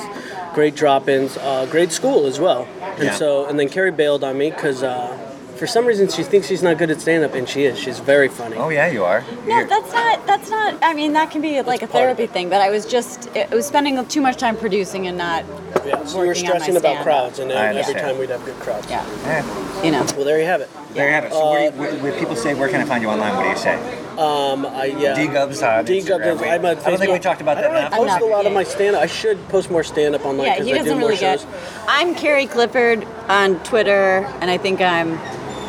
Speaker 7: Great drop-ins. Uh, great school as well. And
Speaker 9: Yeah.
Speaker 7: so, and then Carrie bailed on me because uh, for some reason she thinks she's not good at stand-up, and she is. She's very funny. Oh
Speaker 9: yeah, you are.
Speaker 10: No, that's not. That's not. I mean, that can be like a therapy thing. But I was just. It was spending too much time producing and not.
Speaker 7: Yeah, so
Speaker 10: working on
Speaker 7: you were
Speaker 10: my
Speaker 7: stressing about
Speaker 10: stand-up.
Speaker 7: crowds, and
Speaker 9: I
Speaker 7: then every
Speaker 9: understand.
Speaker 7: time we'd have good crowds. Yeah.
Speaker 10: You know.
Speaker 7: Well, there you have it.
Speaker 9: There you have it. So
Speaker 7: Uh,
Speaker 9: where, where, where people say, where can I find you online? What do you say?
Speaker 7: Um, I yeah.
Speaker 9: D-Gubs on
Speaker 7: D-Gubs.
Speaker 9: Instagram.
Speaker 7: I'm on
Speaker 9: I don't think we
Speaker 7: Facebook.
Speaker 9: talked about
Speaker 7: I
Speaker 9: that
Speaker 7: don't really
Speaker 9: enough.
Speaker 7: post a lot of my stand-up. I should post more stand-up online
Speaker 10: Yeah,
Speaker 7: because
Speaker 10: he
Speaker 7: I do
Speaker 10: doesn't
Speaker 7: more
Speaker 10: really
Speaker 7: shows.
Speaker 10: get. I'm Carrie Clifford on Twitter, and I think I'm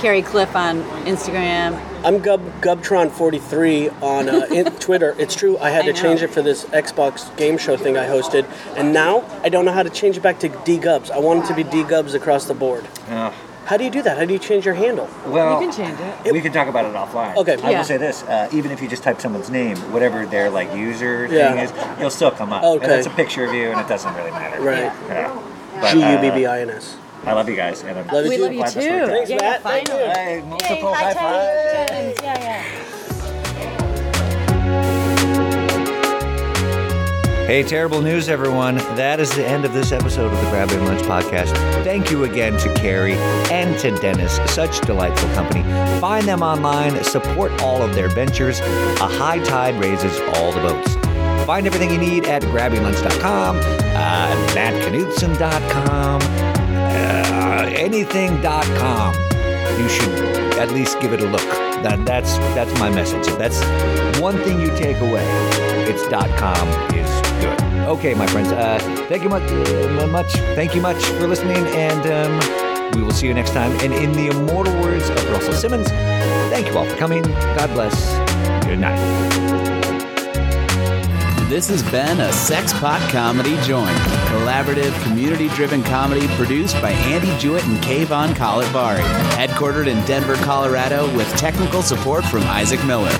Speaker 10: Carrie Cliff on Instagram.
Speaker 7: I'm Gub Gubtron43 on uh, in Twitter. It's true. I had
Speaker 10: I
Speaker 7: to change
Speaker 10: know.
Speaker 7: it for this Xbox game show thing I hosted, and now I don't know how to change it back to D Gubs. I want it to be D Gubs across the board.
Speaker 9: Ugh.
Speaker 7: How do you do that? How do you change your handle?
Speaker 9: Well,
Speaker 10: change it.
Speaker 9: we can talk about it offline.
Speaker 7: Okay.
Speaker 9: I
Speaker 7: Yeah.
Speaker 9: will say this: uh, even if you just type someone's name, whatever their like user
Speaker 7: Yeah.
Speaker 9: thing is, you'll still come up.
Speaker 7: Okay.
Speaker 9: And it's a picture of you, and it doesn't really matter.
Speaker 7: Right.
Speaker 9: Yeah. But, uh,
Speaker 7: G U B B I N S.
Speaker 9: I love you guys, and I'm
Speaker 7: Love you
Speaker 9: so
Speaker 7: too.
Speaker 9: glad this worked out.
Speaker 7: Thanks, Matt. Thank you.
Speaker 9: Hey, multiple high
Speaker 10: Yeah, yeah.
Speaker 16: Hey, terrible news, everyone. That is the end of this episode of the Grab and Lunch podcast. Thank you again to Carrie and to Dennis, such delightful company. Find them online, support all of their ventures. A high tide raises all the boats. Find everything you need at grabbinglunch.com, uh, mattknudsen.com, uh, anything.com you should at least give it a look. That, that's that's my message. If that's one thing you take away, it's .com is good. Okay, my friends. Uh, thank you much, uh, much. Thank you much for listening, and um, we will see you next time. And in the immortal words of Russell Simmons, thank you all for coming. God bless. Good night.
Speaker 1: This has been a Sexpot Comedy Joint, collaborative, community-driven comedy produced by Andy Jewett and Kayvon Collet-Bari, headquartered in Denver, Colorado, with technical support from Isaac Miller.